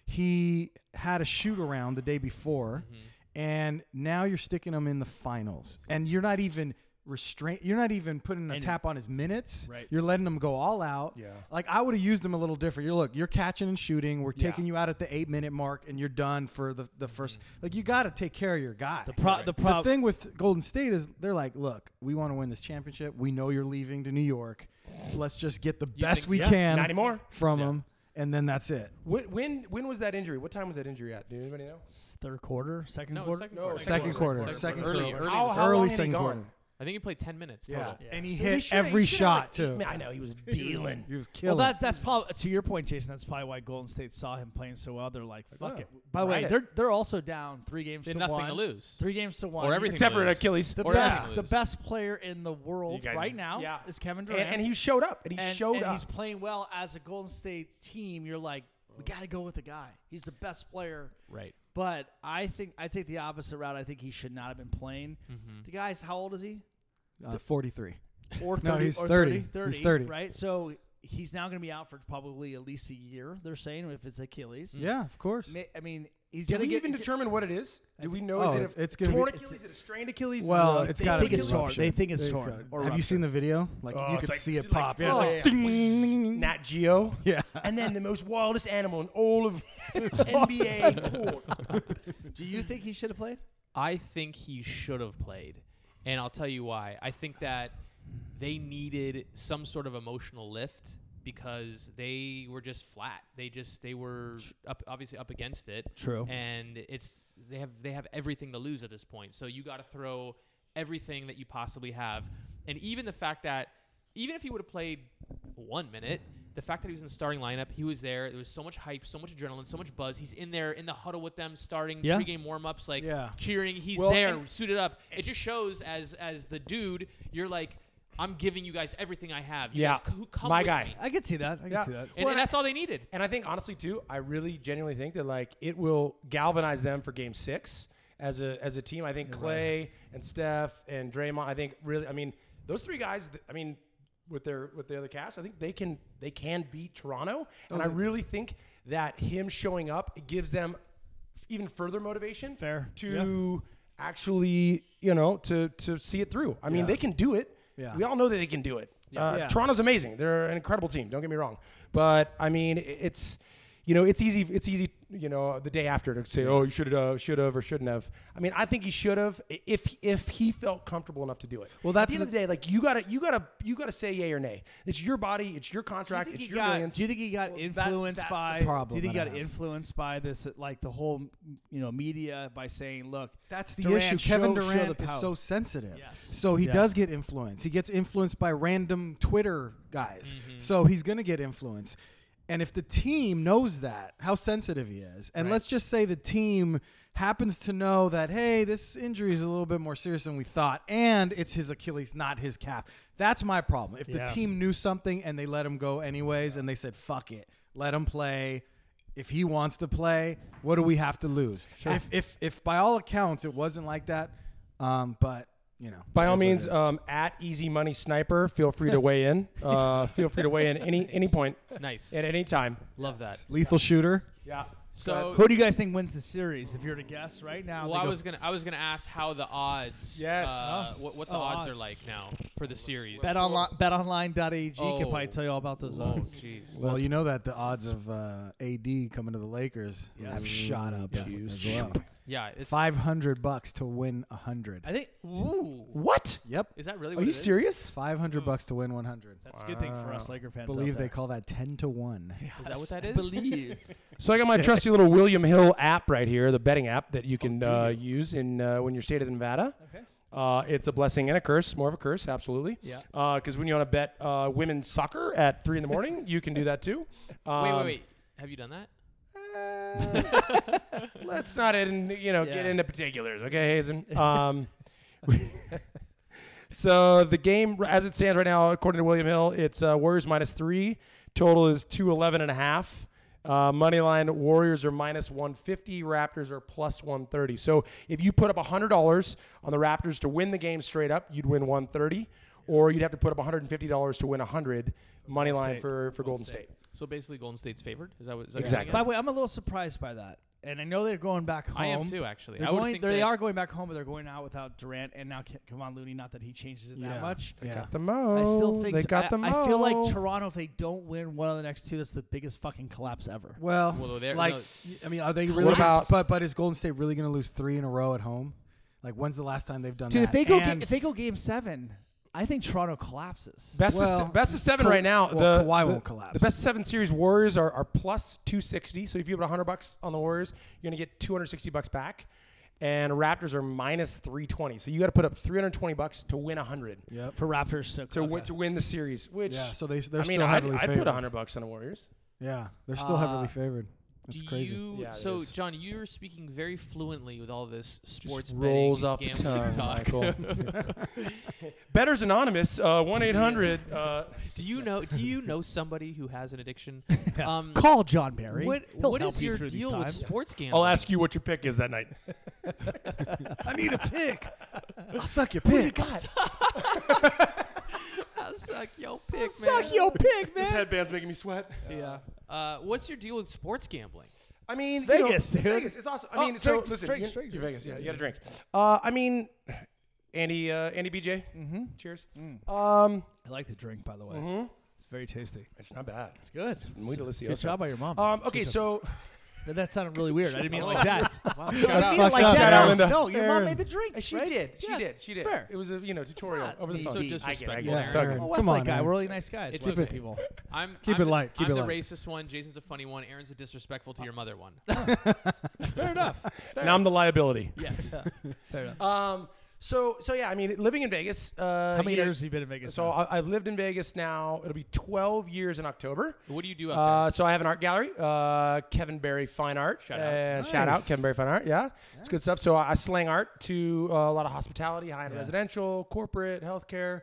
C: He had a shoot around the day before,
B: Mm-hmm.
C: and now you're sticking him in the finals, and you're not even restraint. You're not even putting a
A: And-
C: tap on his minutes.
A: Right.
C: You're letting him go all out.
D: Yeah.
C: Like I would have used him a little different. You're look, you're catching and shooting. We're
D: Yeah.
C: taking you out at the eight minute mark, and you're done for the the 1st
B: Mm-hmm.
C: Like you got to take care of your guy.
A: The pro- the
C: The
A: pro-
C: thing with Golden State is they're like, look, we want to win this championship. We know you're leaving to New York. Let's just get the best
B: think
C: we
B: so?
D: Yeah,
C: can
D: not anymore.
C: from them, and then that's it.
D: When, when when was that injury? What time was that injury at? Do anybody know?
A: Third quarter, second
B: No,
A: quarter.
B: second
D: No,
B: quarter.
C: Second quarter. Second
B: Early,
C: quarter.
B: early. in
D: How-
B: the
D: how-
B: second.
C: Early
D: long had he
C: second
D: gone? Oh,
C: quarter.
B: I think he played 10 minutes
C: Yeah.
B: total.
C: and he
D: So they
C: hit
D: shoulda-
C: every
D: he shoulda had,
C: shot
D: like,
C: too.
D: eight- I know he was dealing.
C: He was killing.
A: Well, that that's probably to your point, Jason. That's probably why Golden State saw him playing so well. They're like, "Fuck
D: wow.
A: it." By the way,
D: Ride it.
A: they're they're also down three games
B: They had
A: to
B: nothing
A: one.
B: to lose.
A: Three games to one.
B: Or everything.
D: Except for
B: lose.
D: Achilles.
A: The
B: Or
A: best,
B: everything
A: the
B: lose.
A: best player in the world
D: guys-
A: right now is Kevin
D: And-
A: Durant,
D: and, he showed up, and he
A: and,
D: showed
A: and
D: up.
A: he's playing well as a Golden State team. You're like, we got to go with the guy. He's the best player.
B: Right.
A: But I think I take the opposite route. I think he should not have been playing.
D: Mm-hmm.
A: The guy's how old is he?
C: uh, Forty-three.
A: Or 30,
C: No, he's
A: or
C: 30.
A: 30.
C: He's 30.
A: Right. So he's now going to be out for probably at least a year. They're saying if it's Achilles.
C: Yeah, of course.
A: Ma- I mean, he's
D: Did
A: gonna
D: we
A: get.
D: even
A: is it-
D: determine what it is? Do we know?
C: Oh,
D: is it
C: it's-
D: a
C: it's gonna be-
D: torn
C: it's-
D: Achilles? is it a strained Achilles? Is
C: Well,
D: it a-
C: it's
A: they
C: got to
A: think
C: be
A: it's torn.
C: rupture.
A: They think it's
C: They
A: torn
C: said-
A: or
C: Have you seen the video? Like
D: Oh,
C: you
D: it's
C: could
D: like-
C: see it
D: it's like-
C: pop. yeah, it's
D: oh,
C: like
D: yeah.
C: ding, ding, ding, ding.
D: Nat Geo.
C: Yeah.
D: and then the most wildest animal in all of NBA court.
A: Do you think he should have played?
B: I think he should have played. And I'll tell you why. I think that they needed some sort of emotional lift because they were just flat. They just they were up, obviously up against it.
A: True.
B: And it's they have they have everything to lose at this point. So you got to throw everything that you possibly have. And even the fact that even if he would have played one minute, the fact that he was in the starting lineup, he was there. There was so much hype, so much adrenaline, so much buzz. He's in there in the huddle with them, starting
A: Yeah.
B: pregame warm ups, like
C: Yeah.
B: cheering. He's
D: Well,
B: there,
D: and-
B: suited up. It just shows as as the dude, you're like, I'm giving you guys everything I have. You
D: Yeah.
B: guys, c- who come
D: My
B: with
D: guy.
B: me."
A: I could see that. I could
D: Yeah.
A: see that.
B: And, and that's all they needed.
D: And I think honestly too, I really genuinely think that like it will galvanize them for game six as a as a team. I think Clay and Steph and Draymond, I think really I mean, those three guys th- I mean with their with the other cast, I think they can they can beat Toronto.
C: Oh,
D: And I really think that him showing up gives them f- even further motivation
A: Fair.
D: to actually, you know, to to see it through. I mean, they can do it.
C: Yeah.
D: We all know that they can do it. Uh,
C: Yeah.
D: Toronto's amazing. They're an incredible team. Don't get me wrong, but I mean, i- it's you know, it's easy. It's easy. You know, the day after to say, oh, you should have, should have, or shouldn't have. I mean, I think he should have i- if if he felt comfortable enough to do it.
C: Well, that's
D: at the end
C: the-
D: of the day. Like you gotta you gotta you gotta say yay or nay. It's your body. It's your
A: Do you,
D: contract.
A: think
D: It's
A: he
D: your
A: got,
D: millions.
A: do you think he got influenced
C: that's the
A: by?
C: problem
A: do you think he
C: that I
A: got
C: have.
A: influenced by this, like the whole, you know, media by saying, "Look,
C: That's the
A: Durant,
C: issue.
A: show-
C: Kevin
A: show the
C: Durant is
A: power.
C: so sensitive.
A: Yes.
C: So he
A: Yes.
C: does get influence. He gets influenced by random Twitter guys. So he's going to get influence. And if the team knows that, how sensitive he is, and let's just say the team happens to know that, hey, this injury is a little bit more serious than we thought, and it's his Achilles, not his calf. That's my problem. If the
D: Yeah.
C: team knew something and they let him go anyways, and they said, fuck it, let him play. If he wants to play, what do we have to lose? If, if, if by all accounts it wasn't like that, um, but you know,
D: By all
C: it is what it
D: means,
C: is.
D: um, at Easy Money Sniper, feel free to weigh in. Uh, feel free to weigh in any any point
B: Nice.
D: at any time.
B: Love that.
C: lethal shooter.
D: Yeah.
B: So
A: who do you guys think wins the series? If you were to guess right now,
B: well,
A: they
B: I
A: go-
B: was gonna I was gonna ask how the odds.
D: Yes.
B: Uh, what, what the
A: Oh,
B: odds, are
A: odds.
B: like now for the series?
A: Bet online, betonline.ag can
B: Oh.
A: probably tell you all about those
B: Oh,
A: odds.
B: jeez.
C: Well, you know that the odds of uh, AD coming to the Lakers have shot up as well.
B: Yeah. It's,
C: Five hundred bucks to win hundred.
A: I think
B: ooh.
D: What?
C: Yep,
B: Is that really?
D: Are
B: what
D: you
B: it is? Hmm.
D: serious?
C: five hundred bucks to win one hundred.
A: that's a good thing for us Laker
C: I
A: fans.
C: believe
A: out
C: they
A: there.
C: call that ten to one.
B: Is that what that
A: I
B: is?
A: believe.
D: So I got my trusty little William Hill app right here, the betting app that you can uh, use in uh, when you're stated in Nevada.
A: Okay.
D: Uh, it's a blessing and a curse, more of a curse, absolutely.
A: Yeah.
D: Because when you want to bet uh, women's soccer at three in the morning, you can do that too. Um,
B: wait, wait, wait. Have you done that?
D: Let's not in, you know get
A: Yeah.
D: into particulars, okay, Hazen. Um, so the game, as it stands right now, according to William Hill, it's uh, Warriors minus three. Total is two eleven and a half. Uh, money line Warriors are minus 150, Raptors are plus 130. So if you put up $100 on the Raptors to win the game straight up, you'd win 130, or you'd have to put up $150 to win 100 money line
A: State.
D: for, for Golden State.
B: So basically, Golden State's favored. Is that what? Is that what you're
D: Exactly.
B: getting
A: By
B: at?
A: the way, I'm a little surprised by that, and I know they're going back home.
B: I am too, actually.
A: They're
B: I would
A: going,
B: think
A: they
B: that-
A: are going back home, but they're going out without Durant and now Ke- Kevon Looney. Not that he changes it
C: Yeah.
A: that much.
C: Yeah,
D: the mo.
A: I still think
D: they got
A: I,
D: the
A: I feel like
D: mo.
A: Toronto, if they don't win one of the next two, that's the biggest fucking collapse ever.
C: well,
B: Well, they're-
C: like
B: no.
C: I mean, are they really?
D: What about-
C: but but is Golden State really going to lose three in a row at home? Like, when's the last time they've done
A: Dude,
C: that?
A: if they go,
C: And-
A: ga- if they go game seven, I think Toronto collapses.
D: Best
C: Well,
D: of se- best of seven
C: Ka-
D: right now.
C: well,
D: the,
C: Kawhi
D: the-
C: won't collapse.
D: The best of seven series Warriors are, are plus two sixty. So if you put hundred bucks on the Warriors, you're gonna get two hundred sixty bucks back. And Raptors are minus three twenty. So you got to put up three hundred twenty bucks to win hundred
C: yep.
A: for Raptors to,
D: to
A: okay.
D: win to win the series. Which
C: Yeah, so they they're
D: I mean,
C: still
D: I'd,
C: heavily
D: I'd
C: favored.
D: put hundred bucks on the Warriors.
C: Yeah, they're still
B: Uh,
C: heavily favored. That's
B: Do
C: crazy.
B: You,
D: Yeah, it
B: so,
D: is.
B: John, you're speaking very fluently with all this sports betting
D: rolls off the tongue,
B: gambling talk.
D: Michael. Betters Anonymous, uh, one eight hundred. uh,
B: do you know? Do you know somebody who has an addiction? Um,
A: Call John Barry.
B: what
A: He'll
B: what
A: help
B: is
A: you
B: your
A: through these
B: deal with
A: times.
B: sports gambling?
D: I'll ask you what your pick is that night.
C: I need a pick. I'll suck your pick.
B: I'll suck your pick, man.
A: pick,
D: This headband's making me sweat.
B: Yeah. Uh, what's your deal with sports gambling?
D: I mean,
A: It's
D: you know,
A: Vegas,
D: it's
A: dude.
D: Vegas. It's awesome. I
A: Oh,
D: mean, so
A: drink,
D: listen,
A: drink,
D: you,
A: drink,
D: you're
A: drink.
D: Vegas. Yeah, you got to drink. Uh, I mean, Andy, uh, Andy, BJ. Mm-hmm. Cheers. Um,
A: I like the drink, by the way. It's very tasty.
D: it's not bad.
A: It's good.
D: Muy delicioso.
A: Good job by your mom.
D: Um, okay,
A: Sweet
D: so
A: That, that sounded really weird. I didn't mean it like that.
B: Wow, shout
A: I didn't
B: out.
A: mean it
C: fucked
A: like
C: up,
A: that.
D: Shout out,
A: No,
D: Linda.
A: no, your mom
C: Aaron.
A: made the drink.
E: She
A: right?
E: did. She
A: Yes,
E: did. She
A: it's
E: did.
A: Fair.
D: It was a you know tutorial
A: not
D: over the
A: me.
D: phone.
B: So
D: I get it, I get it.
B: disrespectful,
D: Yeah,
B: Aaron.
D: sorry.
A: Well,
C: Come
A: West
C: on,
A: Side guy.
C: Aaron.
A: We're really nice guys.
B: It's
A: West Side
B: okay.
A: people.
B: I'm
C: Keep
B: I'm
C: it
B: the-
C: light, keep
B: I'm
C: it
B: the
C: light.
B: racist one. Jason's the funny one. Aaron's the disrespectful to your mother one.
A: Fair enough.
D: And I'm the liability.
B: yes.
A: Fair enough.
D: Um, so so yeah, I mean, living in Vegas. Uh,
A: How many
D: you know,
A: years have you been in Vegas?
D: So
A: now?
D: I, I've lived in Vegas now. It'll be 12 years in October.
B: What do you do out
D: Uh, so I have an art gallery, uh, Kevin Barry Fine Art.
B: Shout out.
D: Uh, Shout out,
C: Nice.
D: Kevin Barry Fine Art. Yeah, it's good stuff. So I, I slang art to uh, a lot of hospitality, high end
A: Yeah.
D: residential, corporate, healthcare,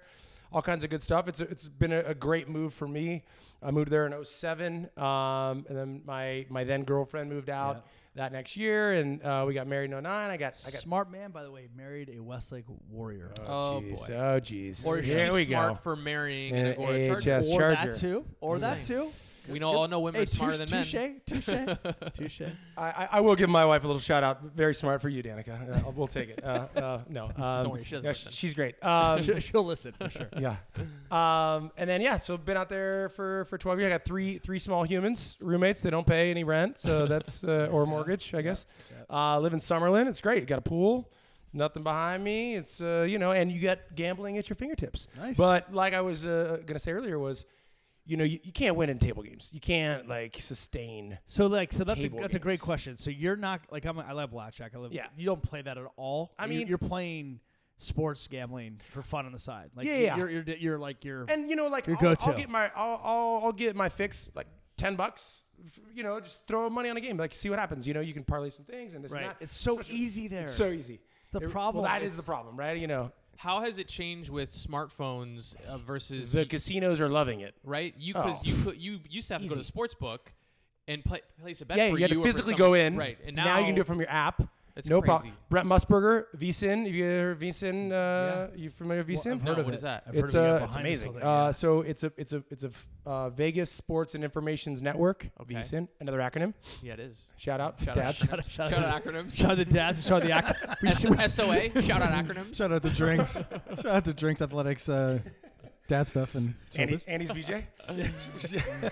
D: all kinds of good stuff. It's a, it's been a, a great move for me. I moved there in 07, um, and then my my then girlfriend moved out that next year, and uh, we got married in 09. I got I got Uh,
A: Smart man, by the way, married a Westlake Warrior.
B: there? Oh
D: Jeez.
B: boy.
D: Oh jeez.
B: Or is
D: Here
B: she
D: we
B: smart
D: go.
B: for marrying
D: And
B: an
D: an
B: Agora
D: AHS
B: Charger?
D: Yes,
A: or
D: Charger.
A: that too. Or that too.
B: We know all know women are smarter than men.
A: Touche, touche, touche.
D: I, I- I will give my wife a little shout out. Very smart for you, Danica. Uh, we'll take it. Uh, uh, no, um,
B: worry, she doesn't
D: yeah, sh-
B: listen.
D: she's great. Um,
A: She'll, she'll listen for sure.
D: yeah. Um, and then yeah, so been out there for, for twelve years. I got three three small humans roommates. They don't pay any rent, so that's uh, or mortgage, I guess. Uh, live in Summerlin. It's great. Got a pool. Nothing behind me. It's uh, you know, and you got gambling at your fingertips.
A: Nice.
D: But like I was uh, gonna say earlier was, you know, you, you can't win in table games. You can't like sustain.
A: So like, so that's a,
D: Table
A: that's a great
D: games.
A: question. So you're not like I'm. A, I love blackjack. I love.
D: Yeah.
A: You don't play that at all.
D: I
A: You-
D: mean-
A: you're playing sports gambling for fun on the side. Like,
D: Yeah,
A: you-
D: yeah.
A: You're, you're you're like you're.
D: and you know, like
A: Your
D: I'll, I'll
A: go-to.
D: get my I'll, I'll I'll get my fix like ten bucks. You know, just throw money on a game, like see what happens. You know, you can parlay some things and this and
A: right.
D: that.
A: It's so
D: Especially-
A: easy there.
D: It's so easy.
A: It's the
D: It-
A: problem.
D: Well, that is
A: It's-
D: the problem, right? You know,
B: How has it changed with smartphones uh, versus
D: the casinos are loving it.
B: right? You because
D: Oh.
B: you could you used to have to go to
D: Easy.
B: sports book and play, place a bet.
D: Yeah,
B: for
D: you had to
B: or for
D: physically
B: someone-
D: go in.
B: Right, and
D: now, you can do it from your app.
B: That's
D: no problem.
B: crazy.
D: Brent Musburger, VSIN. Have you heard of VSIN? Uh, You familiar with
A: Well,
D: VSIN?
A: I've heard
B: No,
A: of
B: what
A: it.
B: is that?
A: I've heard
D: It's
A: of it, yeah,
D: uh,
A: behind
D: it's
A: this
D: amazing.
A: whole thing, yeah.
D: Uh, so it's a it's a it's a uh, Vegas Sports and Information's Network.
B: Okay.
D: VSIN, another acronym.
B: yeah, it is.
D: Shout out,
B: Shout
D: dads.
B: out, acronyms. shout out acronyms.
A: Shout out the dads. Shout out the act. we s-
B: S- SOA. Shout out acronyms.
C: Shout out to drinks. Shout out to drinks, athletics, uh, dad stuff, and
D: Andy,
C: shoulders.
D: Andy's BJ.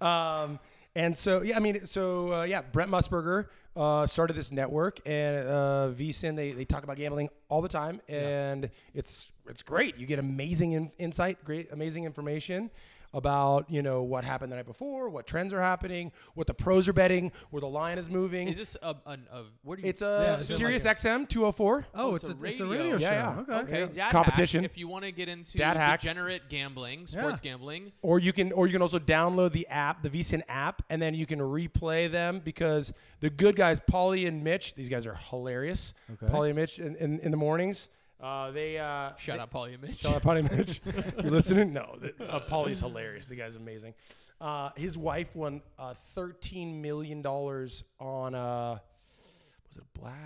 D: um, and so yeah, I mean, so uh, yeah, Brent Musburger uh, started this network, and uh, VSIN they they talk about gambling all the time, and it's it's great. You get amazing in- insight, great amazing information about you know what happened the night before, what trends are happening, what the pros are betting, where the line is moving.
B: Is this a, an a where do you?
D: it's a
C: it's been like
D: Sirius
C: this.
D: XM 204.
C: Oh, it's, a, it's a radio show.
D: Yeah, yeah.
C: Okay.
B: okay
D: yeah.
B: dad
D: Competition.
B: Hack, if you want to get into
D: Dad hack.
B: degenerate gambling, sports gambling,
D: or you can or you can also download the app, the VSIN app, and then you can replay them because the good guys, Polly and Mitch, these guys are hilarious.
C: Okay.
D: Polly and Mitch in, in, in the mornings, uh, they uh,
B: shout
D: they-
B: out Paulie and Mitch.
D: Shout out Polly and Mitch. you listening? No, th- uh, Polly's hilarious. The guy's amazing. Uh, his wife won uh, thirteen million dollars on uh was it black?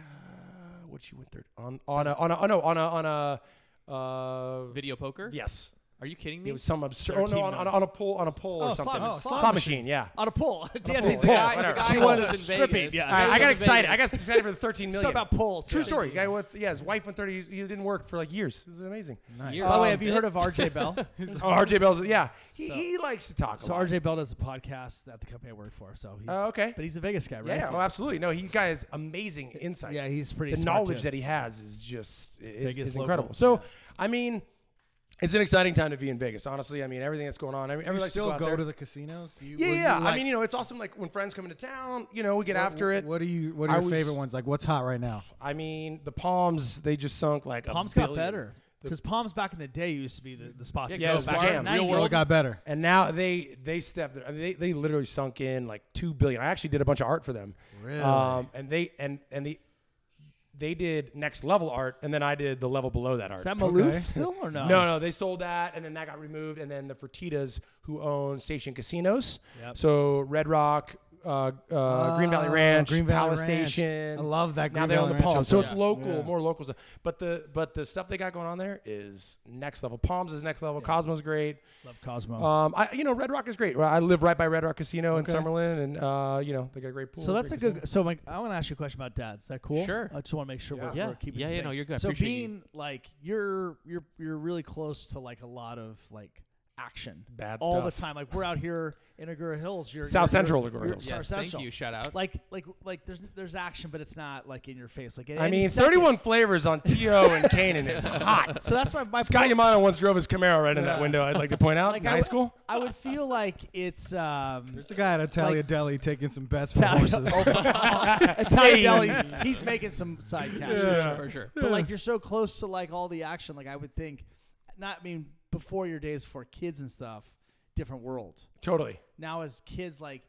D: What she win third on on a on a oh, no on a on a uh,
B: Video poker.
D: yes
B: Are you kidding me?
D: it was some absurd. Oh no,
A: 13
D: on, on, on a pull, on a pull
A: Oh,
D: or something.
A: slot- oh, slot
D: machine. Uh, Yeah.
A: on a pole.
B: The
A: Dancing
D: pole.
A: pole.
B: guy, the
D: whatever.
B: guy
D: She
B: who
D: wanted
B: was in
A: stripping,
B: Vegas.
A: yeah.
B: The guy
A: I-
B: who
D: I,
B: was
D: got
B: in
D: excited. I
B: Vegas.
D: got excited for the 13 million.
A: Something about poles.
D: True
A: yeah.
D: story. Guy with yeah, his wife went 30. He didn't work for like years. It was amazing.
C: Nice.
B: Years.
A: By the way,
B: Um,
A: have you heard of RJ Bell?
D: Oh, RJ Bell's yeah. He,
A: So-
D: he likes to talk.
A: so
D: a lot.
A: RJ Bell does a podcast at the company I work for. So he's,
D: Oh, okay.
A: but he's a Vegas guy, right?
D: Yeah. Oh, absolutely. No, he guy has amazing insight.
A: yeah, he's pretty.
D: the
A: smart,
D: knowledge
A: too.
D: that he has is just is,
A: Biggest
D: is
A: local,
D: incredible. So, I mean, it's an exciting time to be in Vegas. Honestly, I mean, everything that's going on. I mean,
C: You
D: everybody likes to
C: still
D: out
C: go
D: there.
C: to the casinos? Do you,
D: Yeah,
C: will
D: yeah.
C: you,
D: I
C: like-
D: mean, you know, it's awesome. Like when friends come into town, you know, we get
C: what-
D: after it.
C: What are you? What are
D: I
C: your
D: was-
C: favorite ones? Like, what's hot right now?
D: I mean, the Palms they just sunk like
A: Palms
D: a
A: got
D: billion.
A: better because Palms back in the day used to be the, the spot to
D: yeah, it
A: go.
D: was
A: back
D: the
A: in
D: jam.
A: the
D: Real
A: 90s.
C: So
B: world.
C: it got better.
D: and now they they stepped. I mean, they they literally sunk in like two billion. I actually did a bunch of art for them.
C: Really?
D: Um, and they and and the they did next level art, and then I did the level below that art.
A: Is that Maloof
C: Okay.
A: still or no?
D: No, no, they sold that, and then that got removed, and then the Fertitas, who own station casinos,
A: Yep.
D: so Red Rock, uh, uh, Green Valley
C: Ah,
D: Ranch,
C: Green Valley
D: Palace
C: Ranch.
D: Station.
C: I love that. Green
D: now they're on
C: Valley
D: the
C: Ranch
D: Palms, so
C: Hotel.
D: it's
B: Yeah.
D: local,
C: Yeah.
D: more local stuff. But the but the stuff they got going on there is next level. Palms is next level. Cosmo's great.
A: love Cosmo.
D: Um, I you know Red Rock is great. Well, I live right by Red Rock Casino
C: Okay.
D: in Summerlin, and uh, you know they got a great pool.
A: so that's a
D: great
A: good.
D: casino.
A: So Mike, I want to ask you a question about dads. Is that cool?
B: Sure.
A: I just want to make sure we're,
B: Yeah.
A: we're keeping.
B: Yeah,
A: the
B: yeah,
A: thing.
B: no, you're good.
A: So
B: Appreciate you.
A: being like you're you're you're really close to like a lot of like action
D: Bad
A: all the
D: stuff.
A: time. Like we're out here in Agoura Hills. You're,
D: South
A: you're-
D: Central
A: you're-
D: Agoura
A: you're-
D: Hills.
A: South
B: Yes, thank
A: Central.
B: you. Shout out.
A: Like like like there's there's action, but it's not like in your face. Like at
D: I
A: any
D: mean,
A: second-
D: 31 flavors on T.O. and Canaan is hot.
A: So that's my my
D: Scott
A: point.
D: Yamano once drove his Camaro right in that
A: Yeah.
D: window, I'd like to point out,
A: Like,
D: in
A: I
D: high
A: would-
D: school.
A: I would feel like it's um
C: There's a guy at Italia
A: Like-
C: Deli taking some bets for
A: Italian-
C: horses.
A: Italian deli. He's making some side cash.
C: Yeah.
B: for sure.
A: But like you're so close to like all the action. Like I would think, not I mean before your days before kids and stuff, different world.
D: Totally.
A: Now as kids, like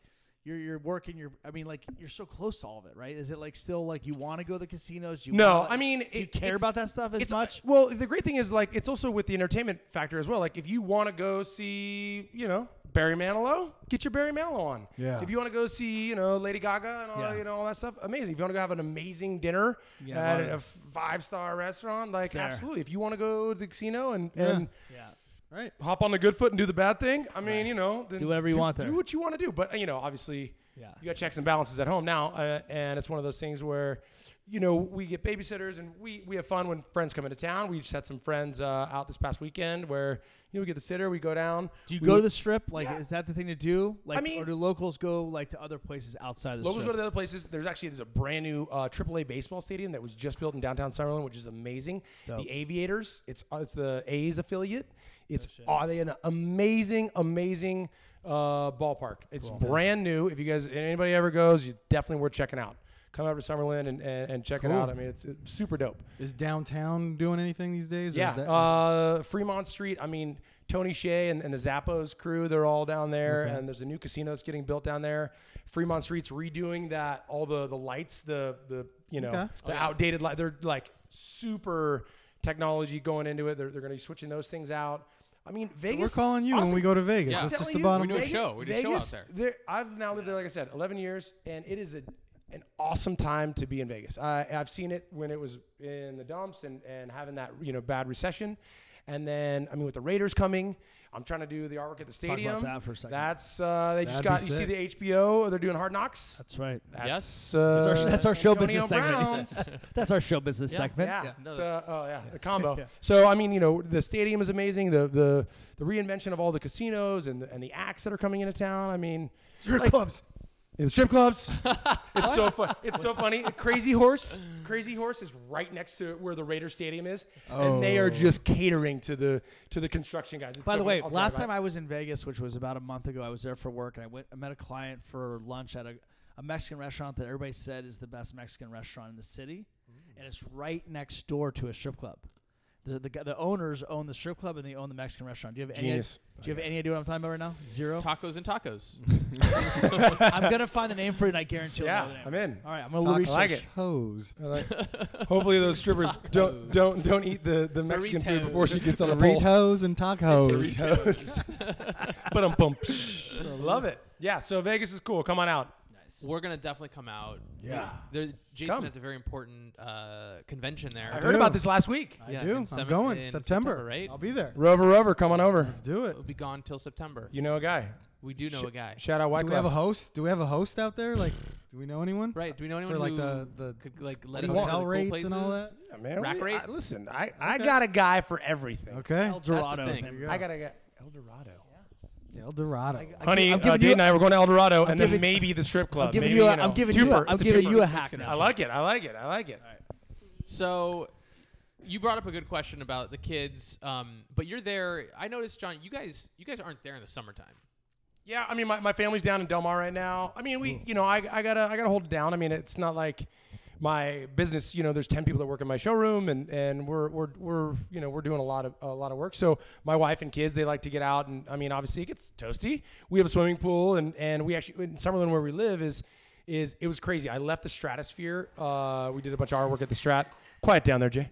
A: you're you're working. You're I mean like you're so close to all of it, right? Is it like still like you want to go to the casinos? Do you
D: No,
A: wanna, like-
D: I mean,
A: do you
D: it-
A: care
D: it's-
A: about that stuff as much?
D: Well, the great thing is like it's also with the entertainment factor as well. Like if you want to go see, you know, Barry Manilow, get your Barry Manilow on.
C: Yeah.
D: If you want to go see, you know, Lady Gaga and all
A: Yeah.
D: you know all that stuff, amazing. If you want to go have an amazing dinner
A: Yeah,
D: at
A: love it.
D: a five star restaurant, like
A: there.
D: absolutely. If you want to go to the casino and
C: Yeah.
D: and
A: Yeah.
C: right.
D: hop on the good foot and do the bad thing, I mean, you know, then
A: Do whatever you want there.
D: Do what you want to do, but you know, obviously
A: Yeah.
D: you got checks and balances at home now, uh, and it's one of those things where, you know, we get babysitters and we we have fun when friends come into town. We just had some friends uh, out this past weekend where you know we get the sitter, we go down.
A: Do you
D: we,
A: go to the strip? Like,
D: Yeah.
A: is that the thing to do? Like,
D: mean-
A: or do locals go like to other places outside the
D: Locals go
A: strip?
D: to the other places. There's actually there's a brand new uh, AAA baseball stadium that was just built in downtown Summerlin, which is amazing.
A: Dope.
D: The Aviators, it's uh, it's the A's affiliate. It's uh, they an amazing, amazing uh, ballpark. It's brand new. If you guys anybody ever goes, you definitely worth checking out. Come over to Summerlin and, and, and check it
C: Cool.
D: out. I mean, it's, it's super dope.
C: Is downtown doing anything these days? Or
D: Yeah,
C: is that,
D: uh, Fremont Street. I mean, Tony Shea and, and the Zappos crew, they're all down there,
C: Okay.
D: and there's a new casino that's getting built down there. Fremont Street's redoing that, all the the lights, the the you know
C: Okay.
D: the outdated light. They're like super technology going into it. They're they're going to be switching those things out. I mean, Vegas.
C: we're calling you
D: honestly,
C: when we go to Vegas.
B: Yeah.
C: That's
D: I'm
C: just
D: telling
C: the
D: you,
C: bottom
B: we do a
C: line.
D: Vegas-
B: show. We do a show out
D: Vegas,
B: there.
D: I've now lived there, like I said, 11 years, and it is a, an awesome time to be in Vegas. I, I've seen it when it was in the dumps and, and having that you know bad recession, and then I mean with the Raiders coming, I'm trying to do the artwork at the
A: talk about
D: stadium.
A: that for a second.
D: That's uh, they just
C: That'd
D: got
C: be
D: you see
C: sick.
D: the HBO. They're doing Hard Knocks.
A: That's right.
D: That's
B: Yes.
D: uh,
A: That's our, that's our show
D: Antonio
A: business
D: Brown's.
A: segment. that's our show business
B: Yeah.
A: segment.
D: Yeah.
B: No,
D: so,
B: it's-
D: oh yeah, the combo.
A: Yeah.
D: So I mean, you know, the stadium is amazing. The the the reinvention of all the casinos and the, and the acts that are coming into town. I mean,
C: Strip clubs.
D: the strip clubs. it's so fun. It's so funny. Crazy Horse. Crazy Horse is right next to where the Raider Stadium is, and they
C: Oh.
D: are just catering to the to the construction guys. It's
A: By
D: so
A: the
D: funny.
A: way,
D: I'll
A: last
D: drive by.
A: time I was in Vegas, which was about a month ago, I was there for work, and I went. I met a client for lunch at a, a Mexican restaurant that everybody said is the best Mexican restaurant in the city, and it's right next door to a strip club. The, the, gu- the owners own the strip club and they own the Mexican restaurant. Do you have any?
D: Genius.
A: Do you have any idea what I'm talking about right now? Zero.
B: Tacos and tacos.
A: I'm gonna find the name for it. and I guarantee. I'll
D: yeah,
A: know the name.
D: I'm in.
A: All right, I'm gonna research.
D: I like it.
C: Hose.
D: I like- Hopefully those strippers don't don't don't eat the, the Mexican food before she gets on a pole.
C: Burritos and tacos.
D: But I'm pumped. Love it. Yeah. So Vegas is cool. Come on out.
B: We're gonna definitely come out.
C: Yeah.
B: There, Jason
D: Come.
B: has a very important uh, convention there.
D: I
C: I
D: heard
C: do.
D: about this last week.
C: I
B: Yeah, in
C: do. I'm
B: seven-
C: going
B: in
C: September.
B: September, right?
C: I'll be there.
D: Rover, Rover, come on over.
C: Let's do it.
B: We'll be gone till September.
D: You know a guy.
B: We do know
D: Sh-
B: a guy,
D: Shout out White
C: Do we have a
D: Glove.
C: host? Do we have a host out there? Like, do we know anyone?
B: right? Do we know anyone
C: For like
B: who
C: the the
B: could like let
D: do
B: us
D: you want?
B: into the
C: hotel
B: cool
C: rates
B: places?
C: and all that.
D: Yeah, man,
B: Rack
D: we-
B: rate?
D: I- listen, I, I
C: Okay.
D: got a guy for everything.
C: Okay.
A: El Dorado.
B: That's the
A: is
B: thing.
A: the name.
D: I got a guy. El Dorado.
C: El Dorado.
D: Honey,
A: I'm
D: uh,
A: giving
D: Dave
A: you-
D: and I were going to El Dorado,
A: I'm
D: and then
A: giving-
D: maybe the strip club.
A: I'm giving
D: maybe,
A: you. A,
D: know,
A: I'm giving you.
D: twofer.
A: A, I'm
D: It's a
A: giving
D: twofer.
A: you a hack
D: I
A: now.
D: like it. I like it. I like it.
B: So, you brought up a good question about the kids, um, but you're there. I noticed, John, you guys, you guys aren't there in the summertime.
D: Yeah, I mean, my, my family's down in Del Mar right now. I mean,
C: Mm.
D: we, you know, I, I gotta I gotta hold it down. I mean, it's not like my business. You know, there's ten people that work in my showroom, and and we're we're we're you know we're doing a lot of a lot of work. So my wife and kids they like to get out, and I mean, obviously it gets toasty. We have a swimming pool, and and we actually in Summerlin where we live is is it was crazy. I left the Stratosphere. Uh, we did a bunch of artwork at the Strat. Quiet down there, Jay.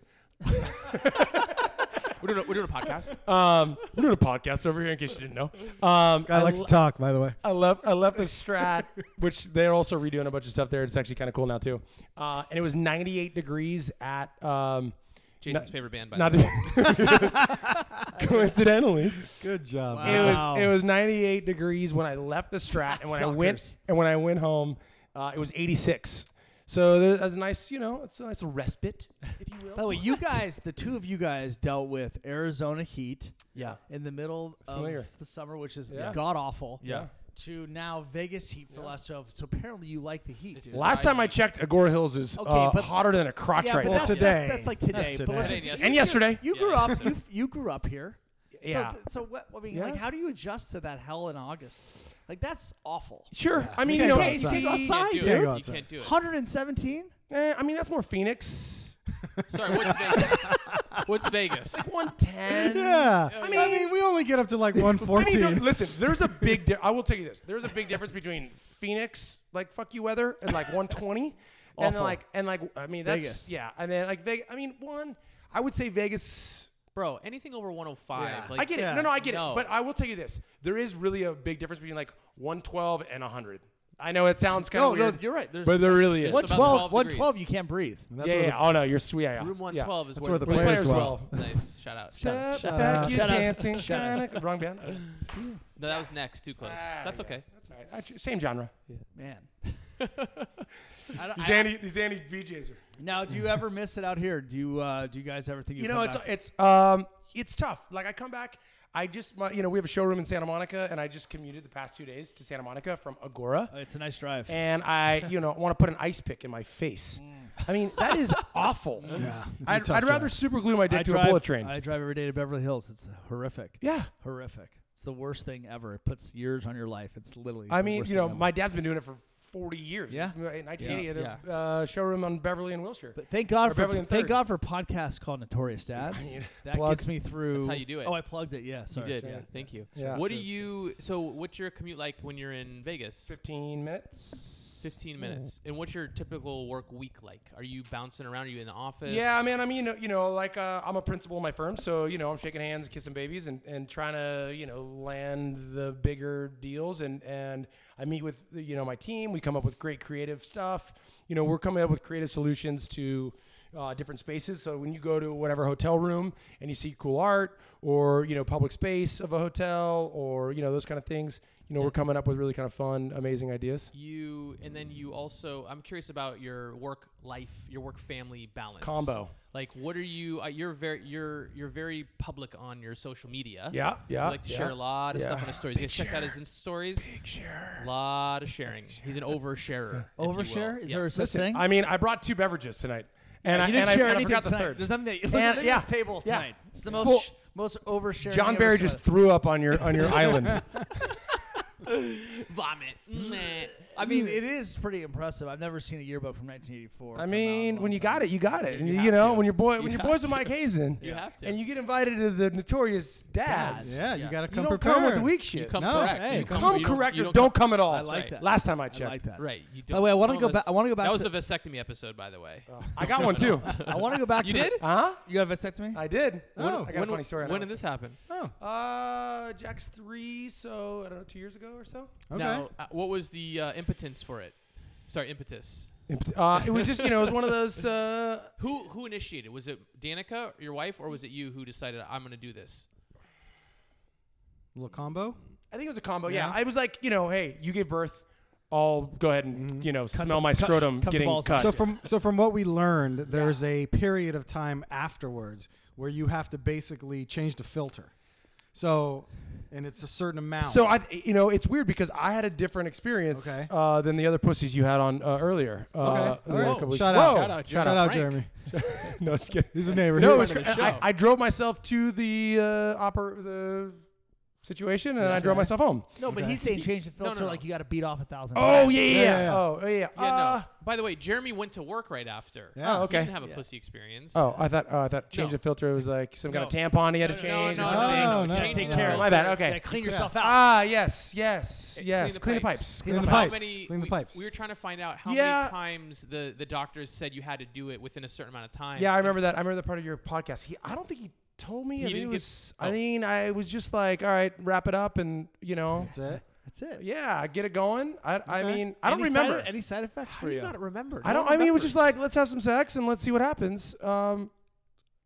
B: We're doing a, we're doing a podcast.
D: Um, we're doing a podcast over here in case you didn't know. Um,
C: Guy
D: I
C: likes
D: l-
C: to talk, by the way.
D: I love I love the strat, which they're also redoing a bunch of stuff there. It's actually kind of cool now too. Uh, and it was 98 degrees at um,
B: Jason's favorite band, by
D: not
B: the way.
D: coincidentally.
C: Good job.
A: Wow.
D: It
C: man.
D: was it was 98 degrees when I left the strat, and when I went
A: Suckers.
D: and when I went home, uh, it was 86. So there- that's a nice, you know, it's a nice respite, if you will.
A: By the way, you guys, the two of you guys, dealt with Arizona heat
B: Yeah.
A: in the middle
D: Familiar.
A: of the summer, which is
D: Yeah.
A: god awful.
B: Yeah.
A: To now Vegas heat for last so so apparently you like the heat.
B: It's
A: dude.
B: the
D: Last time I checked, Agora Hills is
A: Okay,
D: uh,
A: but-
D: hotter than a crotch
A: yeah,
D: right
A: but
C: Well,
D: now.
A: that's,
C: today.
A: that's- that's like today.
C: That's
A: But let's
C: today.
A: just-
B: And
D: and yesterday.
A: you
B: Yeah,
A: grew
B: that's
A: up. You you grew up here.
D: yeah.
A: So, th- so what? I mean,
D: Yeah.
A: like, how do you adjust to that hell in August? Like, that's awful.
D: sure. I mean,
C: You
D: you
C: can't
D: know,
C: go
D: AC,
A: outside. You can't
B: You can't
A: go outside,
B: do
C: dude.
B: it.
C: Yeah,
B: You
C: outside.
B: can't do it.
A: 117.
D: eh, I mean, that's more Phoenix.
B: Sorry, what's Vegas? what's Vegas?
D: 110.
C: Yeah.
B: I
C: I mean,
B: mean-
C: we only get up to
D: I
C: like
D: mean,
C: 114.
D: there- listen, there's a big. Di- I will tell you this. There's a big difference between Phoenix, like fuck you weather, and like 120, and then
A: Awful.
D: like and like I mean that's
A: Vegas.
D: yeah, and then like Vegas. I mean one, I would say Vegas.
B: Bro, anything over 105. Like,
D: I get
C: yeah.
D: it. No, no, I get
B: No.
D: it. But I will tell you this: there is really a big difference between like 112 and 100. I know it sounds kind of
A: No,
D: weird,
A: no, you're right. There's
D: but there really is.
B: It's about
A: 112.
B: 12 degrees.
A: 112. You can't breathe.
C: That's
D: yeah,
C: where
D: yeah,
C: the-
D: Oh no, you're sweet. Yeah, yeah.
B: Room
D: Yeah.
B: 112 is
C: That's where the
B: where
C: players
D: dwell.
B: nice. Shout out. Shout out.
D: Step
C: Shut
D: back,
C: up.
D: you
A: Shut up.
D: dancing.
A: Shut
D: kinda- Wrong band.
B: No, that was next. Too close.
D: Ah,
B: That's
D: yeah.
B: okay.
D: That's all right. Actually, Same genre.
A: Man. I don't-
D: These
A: I-
D: Andy, these Andy BJ's are.
A: now, do you ever miss it out here? Do you uh, do you guys ever think
D: you
A: come
D: know it's
A: back?
D: it's um it's tough like i come back i just my, you know we have a showroom in santa monica and i just commuted the past two days to santa monica from agora
A: Uh, it's a nice drive.
D: and i you know want to put an ice pick in my face
A: Mm.
D: i mean that is awful
C: Yeah, it's a
D: i'd,
C: tough
D: I'd rather
C: job.
D: super glue my dick
A: I
D: to
A: drive,
D: a bullet train
A: I drive every day to Beverly Hills. It's horrific.
D: yeah
A: Horrific. It's the worst thing ever. It puts years on your life. It's literally.
D: i
A: the
D: mean
A: worst
D: you know
A: thing ever.
D: my dad's been doing it for 40 years
A: Yeah.
D: in 1980 at a
B: Yeah.
D: Uh, showroom on beverly and wilshire
A: But thank God
D: Or
A: for
D: Beverly and
A: thank
D: Third.
A: God for podcasts called Notorious Dads. that
D: plug.
A: gets me through.
B: That's how you do it.
A: Oh, I plugged it. Yeah, sorry.
B: you did.
D: sorry.
B: Yeah. Thank you.
D: Yeah.
B: What do
D: Sure.
B: you? So, what's your commute like when you're in Vegas?
D: 15 minutes
B: 15 minutes. And what's your typical work week like? Are you bouncing around? Are you in the office?
D: Yeah, man. I mean, you know, you know, like uh, I'm a principal in my firm, so you know, I'm shaking hands, kissing babies, and, and trying to you know land the bigger deals. And and I meet with you know my team. We come up with great creative stuff. You know, we're coming up with creative solutions to. Uh, different spaces. So when you go to whatever hotel room and you see cool art, or you know public space of a hotel, or you know those kind of things, you know we're coming up with really kind of fun, amazing ideas.
B: You and then you also. I'm curious about your work life, your work family balance
D: Combo.
B: Like, what are you? Uh, you're very you're you're very public on your social media.
D: Yeah, yeah.
B: You like to share a lot of
D: yeah.
B: stuff on his stories. You guys check out his Insta stories.
D: Big share.
B: A lot of sharing. He's an oversharer. if you will.
A: Overshare? Is
B: Yeah.
A: there a such
D: Listen,
A: thing?
D: I mean, I brought two beverages tonight, and I
A: you didn't
D: and
A: share
D: I, and
A: anything
D: I forgot the
A: tonight.
D: third.
A: There's nothing that, look,
D: And-
A: look at
D: yeah.
A: this table
D: Yeah.
A: tonight. It's the most
D: Well,
A: sh- most oversharing.
D: John
A: I've
D: Barry
A: ever
D: just
A: seen.
D: threw up on your on your island.
B: Vomit. Meh.
A: I mean, it is pretty impressive. I've never seen a yearbook from 1984.
D: I mean, when you got it, you got it.
B: You
D: You,
B: have
D: know,
B: to.
D: when your boy
B: You
D: when your
B: have
D: boys
B: to.
D: are Mike Hazen,
B: You have to.
D: and you get invited to the notorious dads.
C: Yeah, you
B: Yeah.
C: got to
D: You
C: come
D: don't
C: prepared.
D: come with the weak shit.
B: You come
C: No,
B: correct.
C: hey,
B: you
D: come,
B: you
D: correct
B: you
D: or don't come at all.
A: I like that.
D: Last time I
A: I
D: checked,
A: like that.
B: Right. You
A: By
B: don't.
A: the way, I want
B: some
A: to
B: of
A: go
B: us-
A: back. I want to go back.
B: That was
A: to,
B: a vasectomy episode, by the way.
D: I got one too.
A: I want to go back.
B: You
A: to
B: did?
A: The,
D: Huh?
A: you got a vasectomy?
D: I did.
C: Oh.
D: I got
B: when,
D: a funny story. on
B: When
D: that
B: did this happen?
C: Oh,
D: one. Uh, Jack's three. So I don't know, two years ago or so.
C: okay.
B: Now, uh, what was the uh, impotence for it? Sorry, impetus.
D: Uh, it was just you know, it was one of those. Uh,
B: Who who initiated? Was it Danica, your wife, or was it you who decided I'm going to do this?
C: little combo.
D: I think it was a combo. Yeah.
C: Yeah.
D: I was like, you know, hey, you gave birth. I'll go ahead and you know smell my
A: cut-
D: scrotum
A: cut the
D: getting
A: balls
D: cut.
A: out.
C: So from so from what we learned, there's a period of time afterwards where you have to basically change the filter. So, and it's a certain amount.
D: So I, you know, it's weird because I had a different experience
C: Okay.
D: uh, than the other pussies you had on uh, earlier. Uh,
C: okay.
D: the
C: All
D: other
C: right.
D: couple weeks-
C: Shout,
D: Whoa.
C: out.
B: Shout out,
C: shout
B: Frank.
C: out, Jeremy.
D: no, just kidding.
C: He's a neighbor.
D: No,
C: He-
D: it's
B: friend of
D: cra-
B: the
D: I,
B: show.
D: I drove myself to the uh, opera the situation, and then I drove
C: Okay.
D: myself home.
A: No, but he's saying change the
B: no,
A: filter
B: no.
A: like you got to beat off a thousand.
D: Oh
A: times.
D: yeah, yeah,
C: Yeah, yeah, yeah.
D: Oh yeah,
B: Yeah,
D: Uh,
B: no. By the way, Jeremy went to work right after.
C: Yeah.
D: Oh,
B: He
D: okay.
B: didn't have a
A: Yeah.
B: pussy experience.
D: Oh, I thought oh, I thought change the
B: No.
D: filter was like some kind of
B: No.
D: tampon he had to
B: No, no,
D: change
B: no,
D: or
B: no,
D: something.
B: no,
C: no,
B: Changing
C: no.
B: the filter.
D: My bad, okay.
A: You gotta clean yourself
B: Uh,
A: out.
D: Ah, yes, yes,
B: Hey,
D: yes. Clean the pipes.
C: Clean the
B: How
C: pipes.
B: many-
C: Clean the
B: we-
C: pipes.
B: We were trying to find out how
D: Yeah.
B: many times the, the doctors said you had to do it within a certain amount of time.
D: Yeah, I remember that. I remember that part of your podcast. He, I don't think he told me.
B: He
D: I mean,
B: didn't
D: it
B: give-
D: was,
B: oh.
D: I mean, I was just like, all right, wrap it up, and you know,
C: That's it.
A: That's it.
D: yeah, get it going. I, I
C: Okay.
D: mean, I don't
A: Any side- e-,
D: remember.
A: any side effects
B: How
A: for
B: do you
A: you.
B: not remember?
D: I
B: No
D: don't.
B: one
D: I mean, it was just
B: remembers.
D: like, let's have some sex and let's see what happens. Um,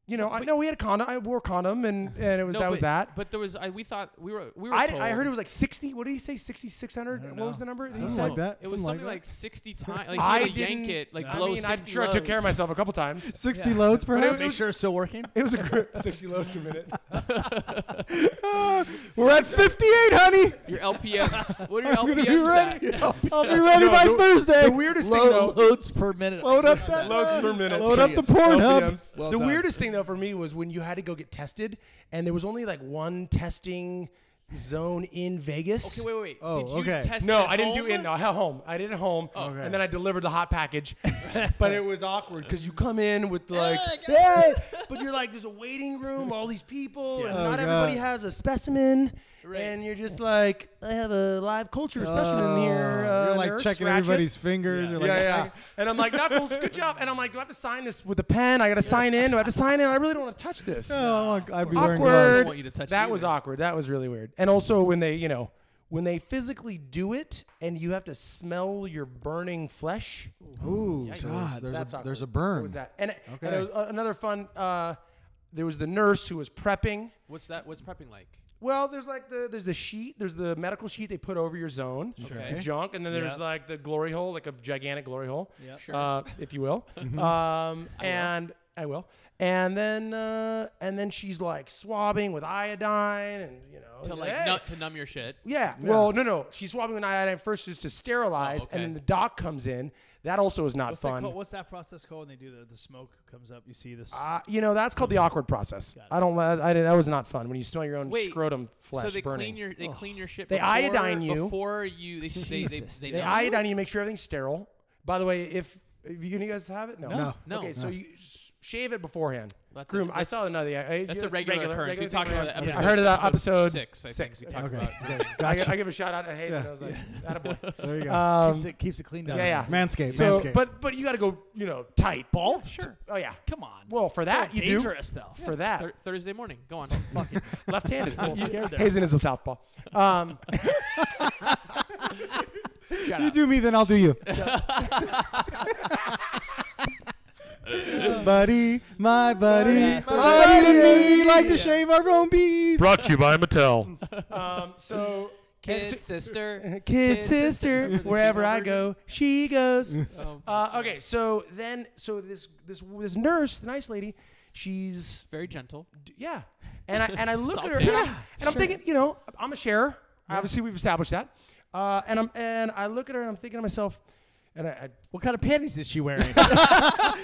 D: You know, I no, we had a condom. I wore a condom, and and it was
B: No,
D: that
B: but,
D: was that.
B: But there was I, we thought we were we were.
D: I,
B: told,
D: I heard it was like sixty. What did he say? Sixty six hundred.
A: I
D: What
A: don't
D: was
A: know.
D: the number? Did
C: I
D: he
C: don't
D: say?
C: like that.
B: It was
C: Something
B: something
C: like
B: like, sixty times. Like
D: I
B: I yank
D: didn't-
B: it like
D: I
B: blow
D: mean, I'm
B: 60
D: sure I took care of
B: loads.
D: myself a couple times.
C: 60 loads, perhaps?
A: Make sure it's still working.
D: It was a gr- sixty loads a minute.
C: We're at 58, honey.
B: Your LPMs. what are your
C: I'm gonna
B: LPMs
C: be ready.
B: at?
C: I'll, I'll be ready
D: No,
C: by
D: the-
C: Thursday.
D: The weirdest thing
A: Lo-
D: though,
A: loads per minute.
C: Load up that
D: Loads
C: load.
D: per minute.
C: Load up the porn hub.
D: LPMs.
A: Well
D: the
A: done.
D: weirdest thing though for me was when you had to go get tested, and there was only like one testing zone in Vegas.
B: Okay, wait, wait, wait.
C: Oh,
B: Did you
C: okay.
B: test
D: no,
B: at
D: I didn't do
B: home?
D: it. No, I had home. I did it home,
C: Okay.
D: and then I delivered the hot package. but it was awkward because you come in with like, "Hey," but you're like, there's a waiting room, all these people, and
C: Oh,
D: not
C: God.
D: everybody has a specimen,
B: Right.
D: and you're just like, I have a live culture specimen here.
C: Oh,
D: Uh,
C: you're like
D: nurse,
C: checking
D: ratchet."
C: everybody's fingers. You're like,
D: yeah, yeah. And I'm like, Knuckles, good job. And I'm like, do I have to sign this with a pen? I got to sign in. Do I have to sign in? I really don't want to touch this.
C: Oh, I'd be wearing
D: awkward.
C: gloves.
B: want you to touch it
D: that was
B: either.
D: awkward. That was really weird. And also when they, you know, when they physically do it and you have to smell your burning flesh.
C: Ooh,
B: Yikes.
C: so Ah, there's, there's,
D: That's
C: a, there's a
D: awkward. What
C: burn.
D: was that? And, and
C: Okay.
D: it was, uh, another fun. Uh, there was the nurse who was prepping.
B: What's that? What's prepping like?
D: Well, there's like the there's the sheet, there's the medical sheet they put over your zone,
B: Okay.
D: the junk, and then there's
A: Yeah.
D: like the glory hole, like a gigantic glory hole,
A: Yep.
B: Sure. Mm-hmm.
D: uh, if you will. Um, and I will. And then uh, and then she's like swabbing with iodine, and you know,
B: to like
D: hey.
B: nu- to numb your shit.
D: Yeah. Well, no, no. She's swabbing with iodine first just to sterilize,
B: Oh,
D: and
B: okay.
D: then the doc comes in. That also is not
A: What's that,
D: fun.
A: called? What's that process called when they do the, the smoke comes up? You see this?
D: Uh, you know, that's called the awkward process. I don't. I, I, that was not fun when you smell your own
B: Wait,
D: scrotum flesh
B: so they
D: burning.
B: clean your they clean your shit.
D: They
B: before,
D: iodine you.
B: before you. They they they,
A: Jesus.
B: they,
D: The
B: numb you?
D: iodine, you make sure everything's sterile. By the way, if, if you you guys have it, no.
C: No.
B: No.
D: Okay, so you s- shave it beforehand.
B: That's
D: Groom.
B: a-
D: I
B: that's-
D: saw another. yeah, I-
B: That's a regular occurrence. We
D: regular
B: talked
D: thing.
B: about that episode.
D: I heard of that episode
B: six. I
D: six.
B: think we talked
C: Okay.
B: about.
C: okay.
D: I,
C: Gotcha.
D: I give a shout out to Hayes.
C: Yeah.
D: And I was like, "Attaboy."
C: there you go.
D: Um,
A: keeps it keeps it clean down.
D: yeah,
A: there.
D: yeah.
C: Manscaped.
D: so,
C: Manscaped.
D: but but you got to go, you know, tight. Bald?
A: Sure.
D: Oh yeah.
A: Come on.
D: Well, for that you do.
A: dangerous though.
D: For that,
B: Thur- Thursday morning. Go on.
D: left-handed.
A: I'm scared there.
D: Hayes is a southpaw. Um,
B: Shut
C: you
B: up.
C: do me, then I'll do you. buddy, my buddy, buddy, and me like to shave our own bees.
D: Brought to you by Mattel. um, so,
B: Kid sister.
D: kid,
B: Kid sister,
D: sister,
B: with the
D: wherever
B: female
D: I go, she goes.
B: Oh,
D: Uh, okay, so then, so this this this nurse, the nice lady, she's
B: very gentle.
D: d- yeah, and I and I look at her,
B: Soft
D: and, I,
B: ass.
D: and I'm thinking, you know, I'm a sharer. Obviously, we've established that. Uh, and I'm and I look at her and I'm thinking to myself, and I, I
A: What kind of panties is she wearing?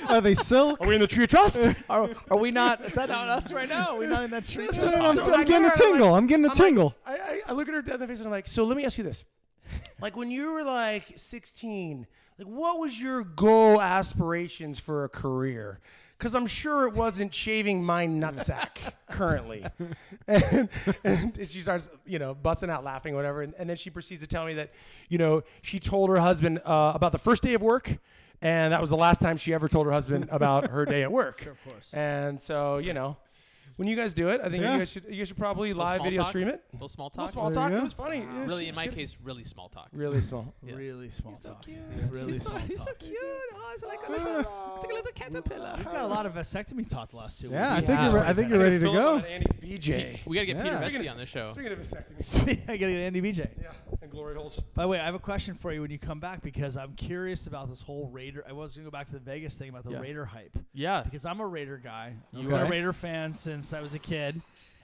C: Are they silk?
D: are we in the tree of trust?
A: are, are we not? Is that not us right now? Are we not in that tree?
D: So-
C: I'm,
D: so
C: I'm
D: I
C: getting
D: go
C: a
D: around,
C: tingle.
D: like-
C: I'm getting a
D: I'm
C: tingle.
D: Like, I, I, I look at her dead in the face and I'm like, so let me ask you this. like when you were like 16, like what was your goal aspirations for a career? Because I'm sure it wasn't shaving my nutsack currently. And, and she starts, you know, busting out laughing, whatever. And, and then she proceeds to tell me that, you know, she told her husband uh, about the first day of work. And that was the last time she ever told her husband about her day at work.
A: of course.
D: And so, you know, when you guys do it, I think
C: Yeah.
D: you guys should you guys should probably live
B: small
D: video
B: talk?
D: stream it.
B: Little small
D: A little
B: talk.
D: small
C: There you
D: talk. It
C: go.
D: was funny. It was-
B: Really, in my
D: shit.
B: case, really small talk.
D: really small.
B: Yeah.
A: Really small talk. Really small talk.
B: Oh, it's like a little, it's like a little caterpillar.
A: We've got a lot of vasectomy talk the last two
C: Yeah, I
A: weeks.
C: think
D: Yeah.
C: you're, re- I think you're
D: I
C: ready to
D: feel
C: go.
D: about Andy BJ.
B: We gotta get
C: Yeah.
B: Peter Vesti on the show.
D: Speaking of vasectomy.
A: I gotta get Andy BJ.
D: Yeah, and glory holes.
A: By the way, I have a question for you when you come back because I'm curious about this whole Raider. I was gonna go back to the Vegas thing about the
B: Yeah.
A: Raider hype
B: Yeah.
A: because I'm a Raider guy. I've
C: Okay.
A: been a Raider fan since I was a kid.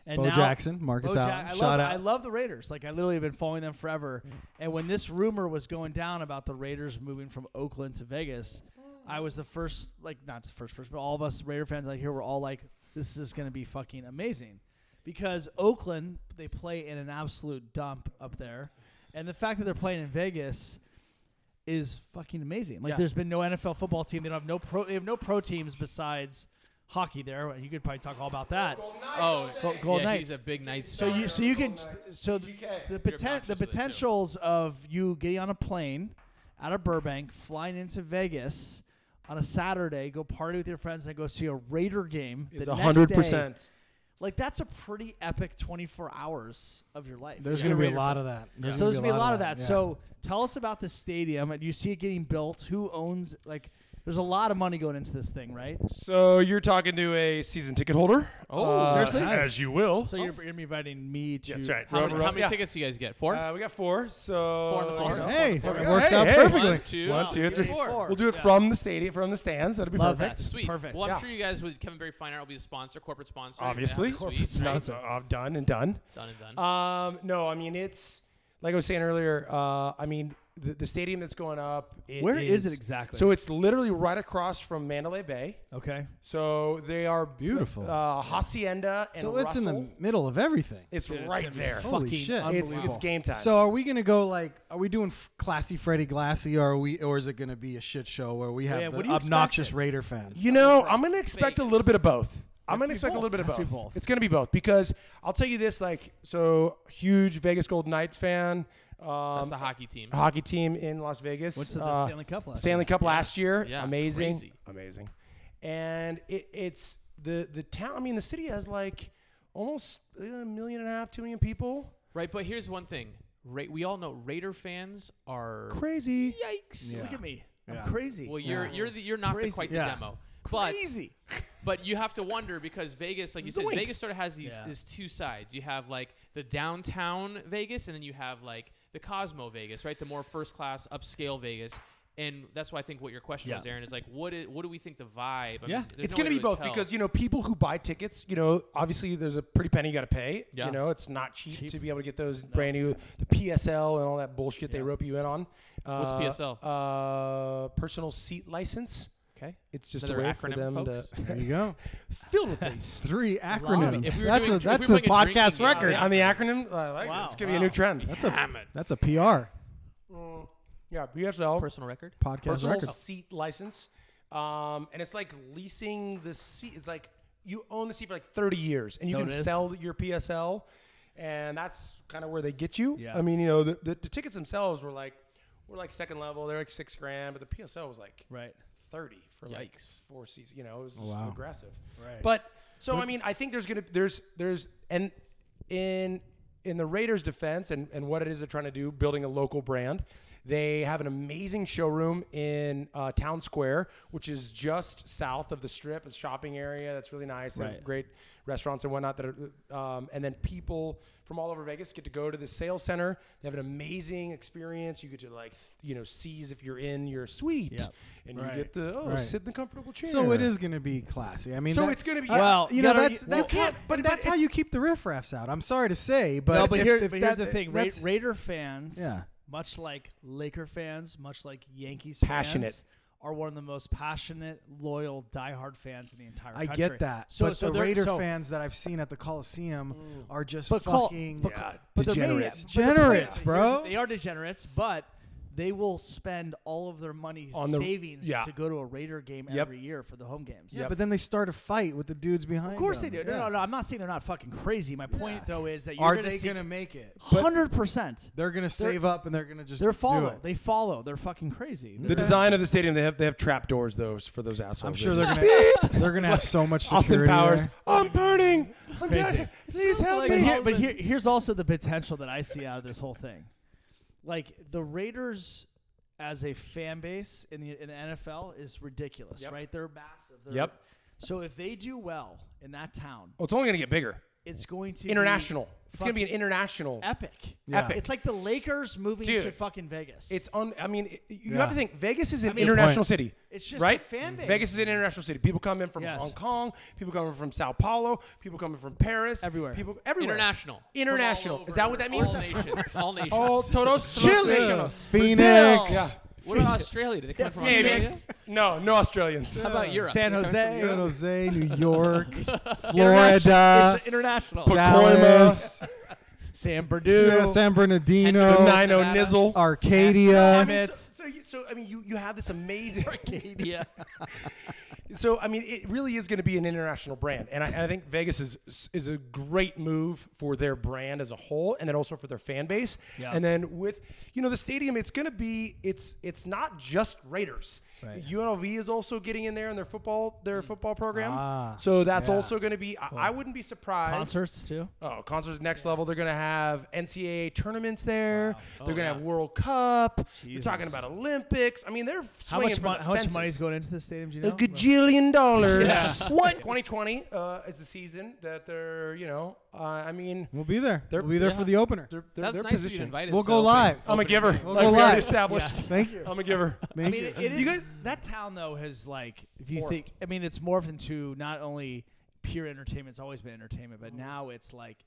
A: And
C: Bo
A: now,
C: Jackson, Marcus
A: Bo
C: Allen,
A: Jack- I,
C: shout
A: love,
C: out. Mm.
A: I love the Raiders. Like I literally have been following them forever. And when this rumor was going down about the Raiders moving from Oakland to Vegas, I was the first, like not the first person, but all of us Raider fans out here were all like, "This is going to be fucking amazing," because Oakland they play in an absolute dump up there, and the fact that they're playing in Vegas. Is fucking amazing. Like,
D: Yeah.
A: there's been no NFL football team. They don't have no pro. They have no pro teams besides hockey. There, you could probably talk all about that.
B: Oh,
A: Go- Golden
B: yeah,
A: Knights.
B: he's a big Knights.
A: So
B: fan.
A: you, so you can, so th- the poten-
B: obnoxious
A: the
B: with it, too.
A: potentials of you getting on a plane out of Burbank, flying into Vegas on a Saturday, go party with your friends, and go see a Raider game.
D: Is
A: the next
D: hundred
A: day.
D: percent.
A: Like that's a pretty epic 24 hours of your life.
C: There's
A: Yeah.
C: going to be a
A: Raider
C: lot of that. There's
A: so there's gonna be a lot of that. So tell us about the stadium, and you see it getting built. Who owns like? There's a lot of money going into this thing, right?
D: So you're talking to a season ticket holder.
B: Oh,
D: Uh,
B: seriously?
D: As you will.
A: So you're, you're inviting me to.
D: That's right.
B: How
D: Rover
B: many, how
D: Rover-
B: many
D: yeah.
B: tickets do you guys get? Four?
D: Uh, we got four. So
B: Four on the floor.
A: Awesome.
B: Four on
C: Hey,
B: the floor.
C: it
B: Hey,
C: works
D: hey,
C: out
D: hey.
C: perfectly.
B: One, two,
D: One, two, three,
B: four.
A: four.
D: We'll do it
A: Yeah.
D: from the stadium, from the stands. That'll be
A: Love
D: perfect.
A: that.
B: Sweet.
A: Perfect.
B: Well, I'm
A: Yeah.
B: sure you guys with Kevin Barry Fine Art will be the sponsor, corporate sponsor.
D: Obviously.
B: Corporate sweet.
D: No,
B: right?
D: so, uh, done and done.
B: Done and done.
D: Um, no, I mean it's like I was saying earlier. Uh, I mean the, the stadium that's going up. It
A: Where is it exactly?
D: So it's literally right across from Mandalay Bay.
A: okay.
D: So they are
C: Beautiful.
D: Uh, Hacienda and
C: So it's in the
D: Russell.
C: middle of everything.
D: It's
A: Dude, it's
D: right
A: gonna be
D: there.
A: fucking
C: Holy shit.
D: It's,
A: unbelievable.
D: it's game time.
C: So are we gonna go like? Are we doing f- classy Freddy Glassy, or are we, or is it gonna be a shit show where we have
A: Yeah, what do
C: the
A: you
C: obnoxious
A: expect it?
C: Raider fans?
D: You know, I'm going to expect a little
B: Vegas.
D: bit of both. I'm
A: Has to
D: going
A: be
D: to expect
A: both.
D: a little bit of
A: Has to be
D: both.
A: both.
D: It's going to be both because I'll tell you this: like, so huge Vegas Golden Knights fan.
B: That's
D: Um,
B: the hockey team.
A: uh,
D: hockey team in Las Vegas.
A: What's the
D: Uh,
A: Stanley Cup last?
D: Stanley
A: year?
D: Cup last year.
B: Yeah,
D: amazing,
B: crazy.
D: amazing. And it, it's the the town. I mean, the city has like almost uh, a million and a half, two million people.
B: Right, but here's one thing. Ra- we all know Raider fans are
D: Crazy.
A: Yikes!
C: Yeah.
A: Look at me.
C: Yeah.
A: I'm crazy.
B: Well, you're
C: Yeah.
B: you're the, you're not the,
A: Crazy.
B: quite
C: Yeah.
B: the demo. But
A: crazy.
B: but you have to wonder because Vegas, like you said,
D: Zoinks.
B: Vegas sort of has these
A: Yeah.
B: is two sides. You have like the downtown Vegas, and then you have like the Cosmo Vegas, right? The more first class, upscale Vegas. And that's why I think what your question
A: Yeah.
B: was, Aaron, is like, what is, what do we think the vibe? I
A: Yeah.
D: it's
B: there's no way
D: going to
B: to
D: be
B: really
D: both
B: tell.
D: because you know people who buy tickets. You know, obviously there's a pretty penny you got to pay.
B: Yeah.
D: You know, it's not cheap,
A: Cheap.
D: to be able to get those brand new the PSL and all that bullshit they
A: Yeah.
D: rope you in on.
B: What's
D: Uh,
B: PSL?
D: Uh, personal seat license.
B: okay.
D: It's just
B: Another
D: a way
B: acronym,
D: for them
B: folks?
D: to
C: There you go.
D: filled with these.
C: Three
A: it.
C: acronyms.
B: If we were doing-
C: that's a
B: if we were
C: that's a
B: doing a drinking
C: podcast
B: game,
C: record.
B: yeah.
D: on the acronym, I like
A: Oh, Wow,
D: this. Could be a new
A: wow.
D: trend.
B: That's a Hammered.
C: That's a PR
D: Yeah, PSL
B: personal record.
C: podcast
D: personal
C: record.
D: seat license, um, and it's like leasing the seat. It's like you own the seat for like 30 years, and you
A: No,
D: can
A: it is.
D: sell your PSL, and that's kind of where they get you.
A: Yeah.
D: I mean, you know, the, the, the tickets themselves were like were like second level. They're like six grand, but the PSL was like
A: Right.
D: 30 for like
B: Yikes.
D: four seasons. You know, it was just
C: Wow.
D: aggressive.
A: Right.
D: But so I mean, I think there's gonna there's there's and in in the Raiders' defense and and what it is they're trying to do, building a local brand. They have an amazing showroom in uh, Town Square, which is just south of the Strip. It's a shopping area that's really nice. They have
A: Right.
D: great restaurants and whatnot. That are, um, and then people from all over Vegas get to go to the sales center. They have an amazing experience. You get to like you know seize if you're in your suite,
A: Yep.
D: and
A: Right.
D: you get the oh
C: Right.
D: sit in the comfortable chair.
C: So it is gonna be classy. I mean,
D: So
C: that-
D: it's gonna be-
C: I-
A: Well,
C: you
A: you
C: know
A: gotta-
C: that's
A: you-
C: that's
D: well,
C: how,
D: can't-
C: but
D: but
C: that's
D: it-
C: how you keep the riffraffs out. I'm sorry to say, but
A: no, but,
C: if-
A: here,
C: if
A: but here's
C: that-
A: the thing: Ra-
C: that's-
A: Raider fans,
C: Yeah.
A: much like Laker fans, much like Yankees,
D: Passionate.
A: fans, are one of the most passionate, loyal, diehard fans in the entire.
C: I
A: country.
C: get that.
A: So,
C: but
A: so
C: the
A: they're-
C: Raider
A: so- Mm.
C: fans that I've seen at the Coliseum are just
A: But call-
C: fucking
A: but
D: Yeah,
A: But the
D: degenerates.
A: maniac- but the
C: Degenerates,
A: players-
C: bro.
A: They are degenerates, but they will spend all of their money
D: On the-
A: savings
D: yeah.
A: to go to a Raider game
D: Yep.
A: every year for the home games.
C: Yeah, but then they start a fight with the dudes behind.
A: Of course they
C: them.
A: do.
C: Yeah.
A: No, no, no. I'm not saying they're not fucking crazy. My point
C: Yeah.
A: though is that you're
C: Are
A: gonna
C: they
A: see
C: gonna make it?
A: hundred percent.
C: They're gonna save up and they're gonna just
A: They're
C: do
A: follow.
C: it.
A: They follow. They're fucking crazy.
D: The design of the stadium, they have they have trap doors though for those assholes.
C: I'm sure they're gonna they're gonna have so much
D: Austin
C: security.
D: Powers.
C: there.
D: I'm burning. I'm
A: Crazy.
D: dead. Please help
A: but
D: me.
A: here, but here, here's also the potential that I see out of this whole thing. Like the Raiders as a fan base in the, in the NFL is ridiculous,
D: Yep.
A: right? They're massive. They're-
D: Yep.
A: So if they do well in that town,
D: Well, Oh, it's only gonna get bigger.
A: it's going to
D: International.
A: Be
D: It's gonna be an
A: fucking
D: international.
A: epic.
C: Yeah. Epic.
A: It's like the Lakers moving
D: Dude.
A: to fucking Vegas.
D: It's on. I mean, it- you
C: Yeah.
D: have to think Vegas is an
C: mean-
D: international
C: Good point.
D: city.
A: It's just
D: right.
A: a
C: Mm-hmm.
A: fan base.
D: Vegas is an international city. People come in from
A: Yes.
D: Hong Kong. People coming from Sao Paulo. People coming from Paris.
A: Everywhere.
D: People everywhere.
B: International.
D: International.
B: From all
D: Is that
B: over.
D: what that
B: All
D: means?
B: nations. All nations.
D: Oh, todos los nacionos.
C: Phoenix,
B: What about Australia? Do they come from Australia?
D: Phoenix. Uh, No, no Australians.
B: How about Europe?
A: San Jose.
C: San Jose, New York,
A: International.
C: Florida,
A: It's international.
C: Dallas,
A: San
C: yeah,
A: Bernardino.
C: San Bernardino,
D: The nine oh
B: Nevada.
D: nizzle.
C: Arcadia.
D: I mean, so, so, you- so I mean, you, you have this amazing.
A: Arcadia.
D: So I mean, it really is going to be an international brand, and I, and I think Vegas is is a great move for their brand as a whole, and then also for their fan base.
A: Yeah.
D: And then with you know the stadium, it's going to be it's it's not just Raiders.
A: Right.
D: UNLV is also getting in there in their football their football program.
C: Ah,
D: so that's
C: yeah.
D: also going to be. I, I wouldn't be surprised.
A: Concerts too.
D: Oh, concerts next level. They're gonna have NCAA tournaments there.
B: Oh,
D: They're gonna
B: yeah.
D: have World Cup. You're
A: Jesus.
D: talking about Olympics. I mean, they're
A: How
D: swinging
A: much,
D: for
A: mon-
D: the
A: how much
D: fences.
A: money is going into the stadium? Do you know?
D: A gajillion dollars.
A: Yeah.
D: What? 2020 uh, is the season that they're, you know, uh, I mean,
C: We'll be there.
D: They're-
C: we'll be there
B: yeah.
C: for the opener.
D: they're, they're,
B: That's
D: their
B: nice of you to
D: position.
B: invite us.
C: We'll
B: to
C: go
B: open-
C: live.
D: I'm a
B: opening
D: giver.
B: night.
C: We'll
D: like
C: go
D: we
C: live.
D: already established.
C: Thank you.
D: I'm a giver.
C: Thank
A: I mean,
C: you.
A: it is,
D: You guys-
A: that town though has like if you
D: Morphed.
A: think I mean it's morphed into not only pure entertainment. It's always been entertainment, but now it's like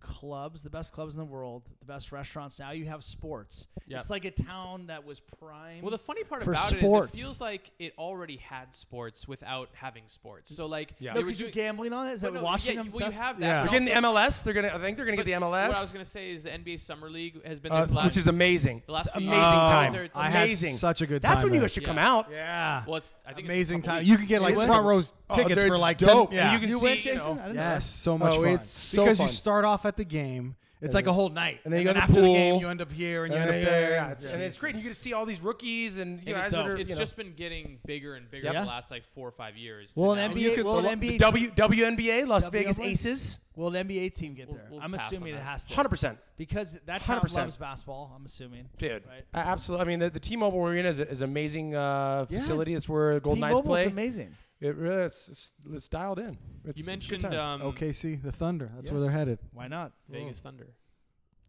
A: clubs, the best clubs in the world, the best restaurants. Now you have sports.
B: Yep.
A: It's like a town that was prime.
B: Well, the funny part
A: For
B: about
A: sports.
B: it is it feels like it already had sports without having sports. So like,
D: Yeah.
A: no,
B: they were
A: because you're
B: doing-
A: gambling on it. Is that
B: Well, no,
A: watching
B: yeah,
A: them?
B: Well, you
A: stuff?
B: have that.
C: Yeah.
B: but
D: They're getting the
B: also-
D: MLS. They're gonna. I think they're gonna get
B: but
D: the MLS,
B: What I was gonna say is the NBA Summer League has been
D: uh,
B: there for the last,
D: which is amazing.
B: the last
D: It's
B: few
D: amazing
B: years.
D: time.
B: Concerts.
C: I had
D: amazing.
C: such a good time.
D: That's when you
C: there.
D: guys should come
B: Yeah.
D: out.
C: Yeah.
B: Well, it's, I think
C: Amazing
B: it's in a couple
C: time.
B: weeks.
C: You could get like
D: You went?
C: front row tickets
D: Oh, they're
C: for like
D: dope.
C: 10.
D: And
C: Yeah.
D: you can
A: You
D: see,
A: went, Jason?
D: You know,
A: I didn't know
C: yes,
A: that.
C: so much
D: Oh,
C: fun.
D: it's so
C: because you
D: fun.
C: start off at the game. It's like a whole night.
D: and then you go to the
C: after the
D: pool.
C: game, you end up here and you end
D: And
C: up
D: then-
C: there.
D: yeah, it's- and it's great. You get to see all these rookies and you
B: And
D: guys
B: it's
D: that are.
B: it's
D: you know.
B: just been getting bigger and bigger
A: Yeah.
B: the last like four or five years.
A: Will
B: and
A: an
B: now-
A: NBA,
C: could-
A: will
C: the-
A: an NBA,
D: W WNBA Las
A: W-
D: Vegas
A: W-
D: Aces,
A: will an NBA team get
B: We'll-
A: there?
B: we'll
A: I'm
B: pass on
A: assuming it
B: that.
A: has to.
D: hundred percent,
A: Because that town
D: 100%.
A: loves basketball. I'm assuming.
D: dude.
A: Right.
D: I- Absolutely. I mean, the, the T-Mobile Arena is, a- is an amazing uh,
A: Yeah.
D: facility. It's where the Golden Knights
A: T-Mobile's
D: play.
A: amazing.
D: It really, it's, it's, it's dialed in. It's,
B: You
D: it's a good
B: mentioned
D: time.
B: um,
C: OKC, the Thunder. That's
A: Yeah.
C: where they're headed.
A: Why not?
B: Vegas Thunder.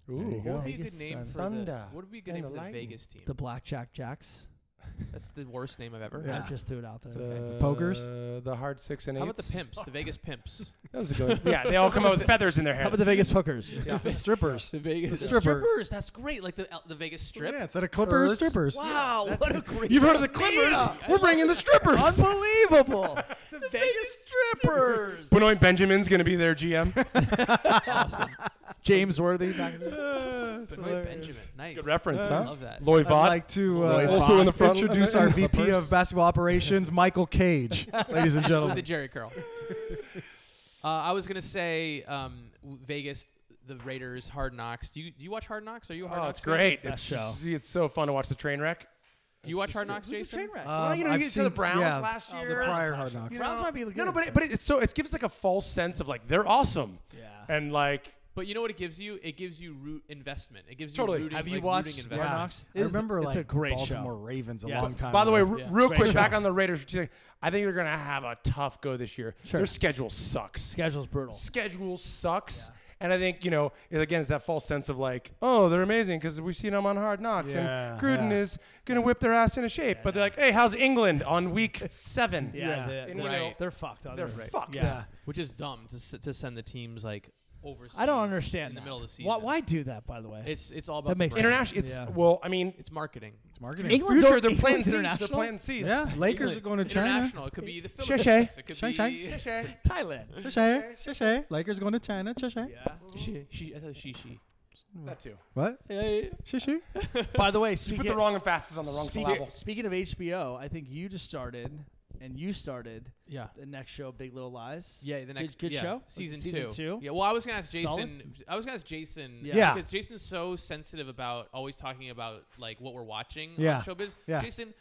C: There you
D: Ooh.
C: go.
B: What would uh, be a
A: Vegas
B: good name
A: Thunder.
B: for the?
D: Thunder
B: What would be a good
D: and
B: name
D: the
B: for the
D: Lightning.
B: Vegas team?
A: The Blackjack Jacks.
B: That's the worst name I've ever
C: Yeah.
B: heard.
A: I just threw it out there.
D: It's, uh,
C: Pokers?
D: the hard six and eight.
B: How about the pimps? The Vegas pimps.
D: That was a good. yeah, they all come out with feathers in their hair.
A: How about the Vegas hookers?
C: The strippers.
B: The Vegas
C: The strippers.
B: strippers. That's great. Like the the Vegas Strip.
C: Yeah, instead of Clippers,
D: Clippers.
C: strippers.
B: Wow, what a great.
D: You've heard of the Clippers? We're bringing the strippers.
C: Unbelievable. the Vegas strippers.
D: Benoit Benjamin's going to be their GM.
A: James Worthy. Back in the-
B: Benoit Benjamin. Nice.
D: Good reference,
C: Nice.
D: huh?
B: Love that.
D: Lloyd
C: I'd
D: Vaught.
C: like to
D: Lloyd
C: uh,
D: Also in the front-
C: introduce
D: in
C: our
D: the
C: VP
D: Clippers.
C: of basketball operations, Michael Cage, ladies
B: with
C: and
B: the
C: gentlemen.
B: Jerry curl. uh, I was gonna say um, w- Vegas, the Raiders, Hard Knocks. Do you do you watch Hard Knocks? Are you a Hard
D: Oh,
B: Knocks?
D: it's
B: fan?
D: great.
A: That
D: It's,
A: show.
D: it's so fun to watch the train wreck.
B: Do you watch Hard Knocks,
A: Who's the
B: Jason?
A: train wreck?
C: Uh,
D: well, you know,
C: I've
D: you saw the
C: seen-
D: Browns
C: yeah,
D: last
A: the
D: year.
C: the prior Hard Knocks.
D: You
A: Browns
D: know,
A: might be
D: No,
A: good,
D: no, but
A: so.
D: it, but it's so it gives like a false sense of like they're awesome
A: Yeah.
D: and like
B: But you know what it gives you? It gives you root investment. It gives
D: Totally.
B: you rooting,
A: Have you
B: like,
A: watched
B: rooting
A: Hard
B: investment.
A: Knocks?
C: I remember
A: it's
C: like
A: a great
C: Baltimore
A: show.
C: Ravens a
A: Yes.
C: long time
D: By the way,
C: ago.
D: r-
B: Yeah.
D: real
A: Great
D: quick
A: show.
D: back on the Raiders. just like, I think they're gonna have a tough go this year.
A: Sure.
D: Their schedule sucks.
A: Schedule's brutal.
D: Schedule sucks. And I think you know it- again it's that false sense of like, oh, they're amazing because we've seen them on Hard Knocks,
C: Yeah,
D: and Gruden
C: yeah.
D: is gonna whip their ass into shape. but they're like, hey, how's England on week seven?
A: Yeah,
C: Yeah.
A: they-
D: And,
A: they're,
D: you know,
A: they're fucked. On
D: they're
A: right.
D: fucked.
A: Yeah.
C: yeah.
B: Which is dumb to, s- to send the teams like overseas.
A: I don't understand
B: in the
A: that.
B: middle of the season.
A: Why, why do that, by the way?
B: It's it's all about
A: That
B: the
A: makes
B: brand.
A: sense.
D: International. It's
A: Yeah.
D: well, I mean,
B: It's marketing.
C: It's marketing.
A: England's
D: future.
A: al-
D: They're playing
A: England's
D: seeds. They're
A: international?
D: playing seeds.
C: Yeah, Lakers are going to China.
B: International. It could be the
D: Shay-shay.
B: Philippines. It could
C: Shay-shay.
B: be.
A: Thailand.
C: Shay, shay, shay. Lakers going to China. Shay, shay.
A: Yeah.
B: She, she, I thought she, she. Hmm.
D: That too.
C: What?
B: Yeah,
C: Shay, shay.
A: by the way,
D: You
A: speaking
D: put the wrong emphasis on the wrong
A: speak-
D: syllable.
A: speaking of HBO, I think you just started and you started
B: yeah.
A: the next show, Big Little Lies.
B: Yeah, the next
A: good
B: yeah,
A: show?
B: season,
A: Season
B: two.
A: two?
B: Yeah, well, I was gonna ask Jason.
A: Solid?
B: I was gonna ask Jason.
A: Yeah.
C: Yeah.
B: because Jason's so sensitive about always talking about like what we're watching
C: Yeah.
B: on showbiz.
C: Yeah.
B: Jason,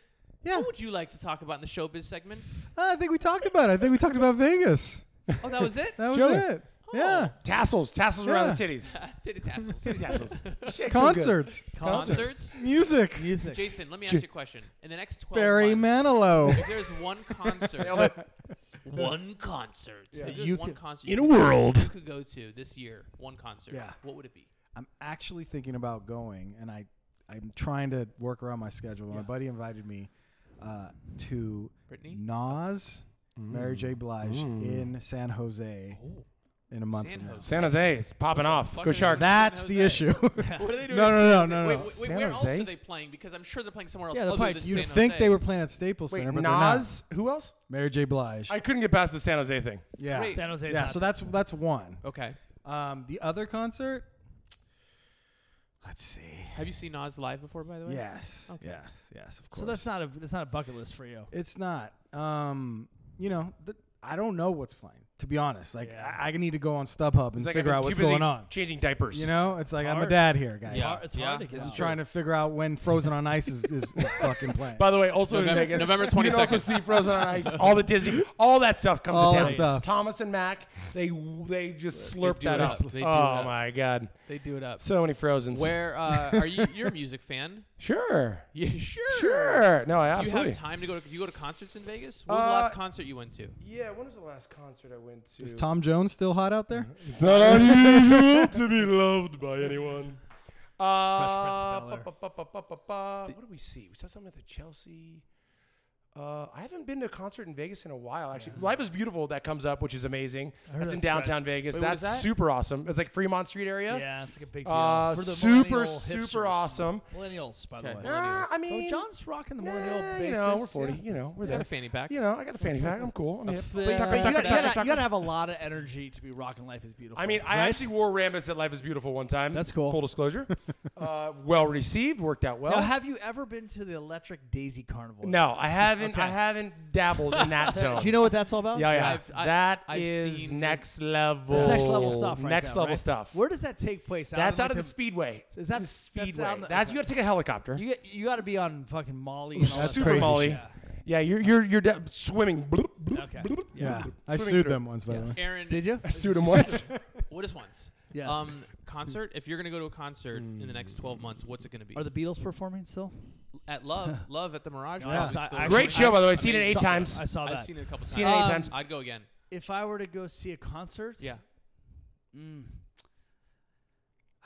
C: Yeah. Ah,
B: what would you like to talk about in the showbiz segment?
C: I think we talked about it. I think we talked about Vegas.
B: Oh, that was it.
C: That was
D: Sure. Oh,
C: it. Yeah.
D: Tassels, tassels around the
C: Yeah.
D: titties.
B: Titty tassels.
D: tassels. Shake some good.
C: Concerts.
B: Concerts.
C: Music.
A: Music.
B: Jason, let me ask you a question. In the next twelve
C: Barry
B: months,
C: Manilow.
B: if there's one
D: Nailed it.
B: concert, one concert, if there's
A: You
B: one
A: could-
B: concert
D: In
B: you
D: a
B: could-
D: world.
B: you could go to this year, one concert.
C: Yeah.
B: What would it be?
C: I'm actually thinking about going, and I, I'm trying to work around my schedule. My buddy invited me uh, to
B: Brittany?
C: Nas, Mary J. Blige in San Jose in a month
B: Oh. San
C: from now.
B: Jose.
D: San Jose, it's popping off.
B: fuck
D: Go
B: is
D: Sharks.
B: that?
C: That's
B: San
C: the
B: Jose.
C: issue.
B: What are they doing?
C: No,
B: in
C: no,
B: San Jose?
C: no, no, no.
B: Wait, wait,
D: San
B: where else
D: Jose?
B: are they playing? Because I'm sure they're playing somewhere else
A: Yeah, they're
B: other
A: probably-
B: than
C: You'd
B: San
C: think
B: Jose.
C: they were playing at Staples
D: Wait,
C: Center, but they're not.
D: Nas. Who else?
C: Mary J. Blige.
D: I couldn't get past the San Jose thing.
C: yeah,
B: Great.
A: San Jose's
C: yeah.
A: not
C: So that's that's one.
B: Okay.
C: Um, the other concert. Let's see.
B: Have you seen Nas live before, by the way?
C: Yes.
B: Okay.
C: Yes. Yes. Of course.
A: So that's not a that's not a bucket list for you.
C: It's not. Um, you know, th- I don't know what's playing. To be honest, like
D: Yeah.
C: I, I need to go on StubHub and
D: It's like
C: figure
D: I'm
C: out
D: too
C: what's
D: busy
C: going on.
D: Changing diapers.
C: You know, it's like I'm a
A: hard.
C: dad here, guys.
B: Yeah.
A: It's hard, it's hard to
B: Yeah.
A: get
B: It's
A: out.
C: Trying to figure out when Frozen on Ice is, is, is fucking playing.
D: By the way, also
B: November-
D: in Vegas,
B: November
D: You can also
B: 22nd.
D: see Frozen on Ice, all the Disney, all that stuff comes
C: All
D: to
C: that
D: town.
C: stuff.
D: Thomas and Mac, they they just slurp
B: do
D: that
B: it
D: up.
B: up. They do it
D: oh
B: up.
D: my god,
B: They do it up.
D: so many Frozen's.
B: Where uh, are you? You're a music fan.
D: Sure,
B: Yeah, sure.
D: sure. No, I
B: Do you
D: absolutely.
B: have time to go? To, do you go to concerts in Vegas? What was the
D: Uh,
B: last concert you went to?
E: Yeah, when was the last concert I went to?
C: is Tom Jones still hot out there?
D: It's not unusual to be loved by anyone.
A: Prince
D: Uh,
A: of Bel-Air.
D: ba- ba- ba- ba- ba- ba. What did we see? We saw something at the Chelsea. Uh, I haven't been to a concert in Vegas in a while. Actually, Life is Beautiful that comes up, which is amazing. That's in
A: that's right.
D: downtown Vegas.
B: Wait, what
D: that's
B: is that?
D: super awesome. It's like Fremont Street area.
A: Yeah, it's like a big deal.
D: Uh,
A: For the
D: super,
A: millennial
D: super
A: hipsters.
D: awesome.
A: Millennials, by
B: Okay.
A: the way.
D: Ah, I
A: Oh,
D: mean,
A: John's rocking the millennial
D: eh,
A: basis.
D: you know, we're 40.
A: yeah.
D: You know, we're
B: Is that
D: there.
B: a fanny pack?
D: You know, I got a fanny pack. I'm cool. I'm hip.
A: But
D: Tucker,
A: you
D: tucker,
A: gotta- you
D: tucker,
A: gotta-
D: tucker.
A: you gotta have a lot of energy to be rocking Life is Beautiful.
D: I mean, I
A: right?
D: actually wore Rambus at Life is Beautiful one time.
A: That's cool.
D: Full disclosure. uh, well received, worked out well.
A: Now, have you ever been to the Electric Daisy Carnival?
D: no, I haven't. I
A: Okay.
D: haven't dabbled in that zone.
A: Do you know what that's all about?
D: yeah, yeah.
B: I've- I-
D: That
B: I've
D: is
B: seen-
D: next level.
A: That's next level stuff. Right
D: next
A: there,
D: level
A: right?
D: stuff.
A: Where does that take place?
D: that's
A: in,
D: out of
A: like,
D: the speedway.
A: Is that
D: The speedway?
A: That's, out in the,
D: That's you got to take a helicopter.
A: You, get- you got to be on fucking Molly. And all
C: That's
A: that
D: Super
C: crazy
D: Molly.
A: Yeah.
D: Yeah, you're you're you're de- swimming. Bloop, bloop,
A: Okay.
D: bloop.
C: Yeah, I
D: Swimming
C: sued
D: through.
C: them once, by the way.
B: Aaron,
A: Did you?
D: I sued him once.
B: What is once?
A: Yes.
B: Um, concert. If you're gonna go to a concert in the next 12 months, what's it gonna be?
A: Are the Beatles performing still?
B: at Love, Love at the Mirage.
A: No, I
B: probably still
A: saw- I
B: is
A: actually-
B: going.
D: Great show, by the way.
B: I
D: Seen it
B: mean,
D: eight
A: saw-
D: times.
A: I saw
B: I've
A: that.
B: seen it a couple
D: Seen it
B: times.
D: eight
A: Um,
D: times.
B: I'd go again.
A: If I were to go see a concert,
B: Yeah.
A: Mm.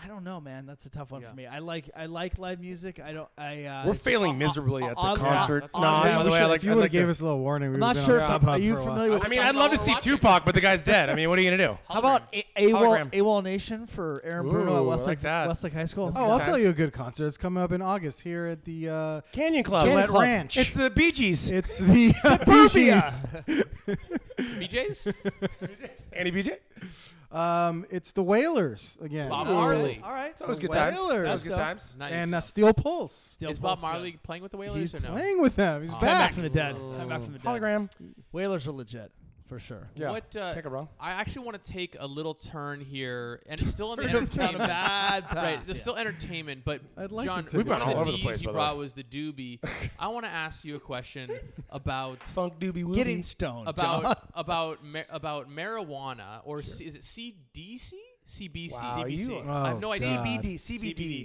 A: I don't know, man. That's a tough one
B: Yeah.
A: for me. I like I like live music. I don't. I uh,
D: We're
A: it's-
D: failing
A: uh, uh,
D: miserably at the
A: oddly-
D: concert.
B: Yeah,
D: No,
A: oddly-
D: by the
C: we
D: way,
C: should-
D: I like-
C: if you
D: I'd
C: would
D: like
C: have gave
D: to-
C: us a little warning, we
A: I'm
C: would
A: not
C: have
A: sure.
C: been on StubHub
A: Are you
C: for a
A: familiar
C: while.
A: with?
D: I mean, I'd love to see
B: Watch it.
D: Tupac, but the guy's dead. I mean, what are you gonna do?
A: How about
B: Hologram.
A: A- AWOL,
D: Hologram.
A: AWOL Nation for Aaron Bruno
D: Ooh, I
A: at
D: like
A: Westlake,
D: that.
A: Westlake High School?
C: Oh, I'll
D: Good
C: tell
D: times.
C: you a good concert. It's coming up in August here at the. Uh,
D: Canyon Club,
C: Gillette Club. Ranch.
D: It's the Bee Gees.
C: it's the uh, Suburbia.
B: BJ's.
D: Andy BJ.
C: Um, it's the Whalers again.
B: Bob Marley.
A: All right. That
D: Those
C: always
D: good
C: good
D: times.
C: times. Whalers. That was
D: good
C: good
D: times.
B: Nice.
C: and uh, Steel Pulse.
B: is Bob Marley playing with the Whalers
C: He's
B: or no?
C: playing with them. He's
B: Oh.
A: Come
C: back.
A: back from the dead. Come back from the dead.
D: Hologram.
A: Whalers are legit for sure.
D: Yeah.
B: What? Uh,
D: Take it wrong.
B: I actually want to take a little turn here, and it's still in the
A: Turn down a
B: entertainment.
A: bad path.
B: right, there's
A: Yeah.
B: still entertainment, but
C: I'd like
B: John,
C: to take
D: We've
B: one
D: gone all
B: of
D: over
B: the
D: the
B: Ds
D: place,
B: you
D: by the
B: brought
D: way.
B: was the doobie. I want to ask you a question about
D: Funk Doobie Woogie.
A: Getting stoned. John.
B: about about ma- about marijuana or C- is it CDC? CBC.
D: Wow,
B: CBC.
D: you-
B: I have no
C: Oh,
B: idea.
C: God.
E: CBD,
A: CBD,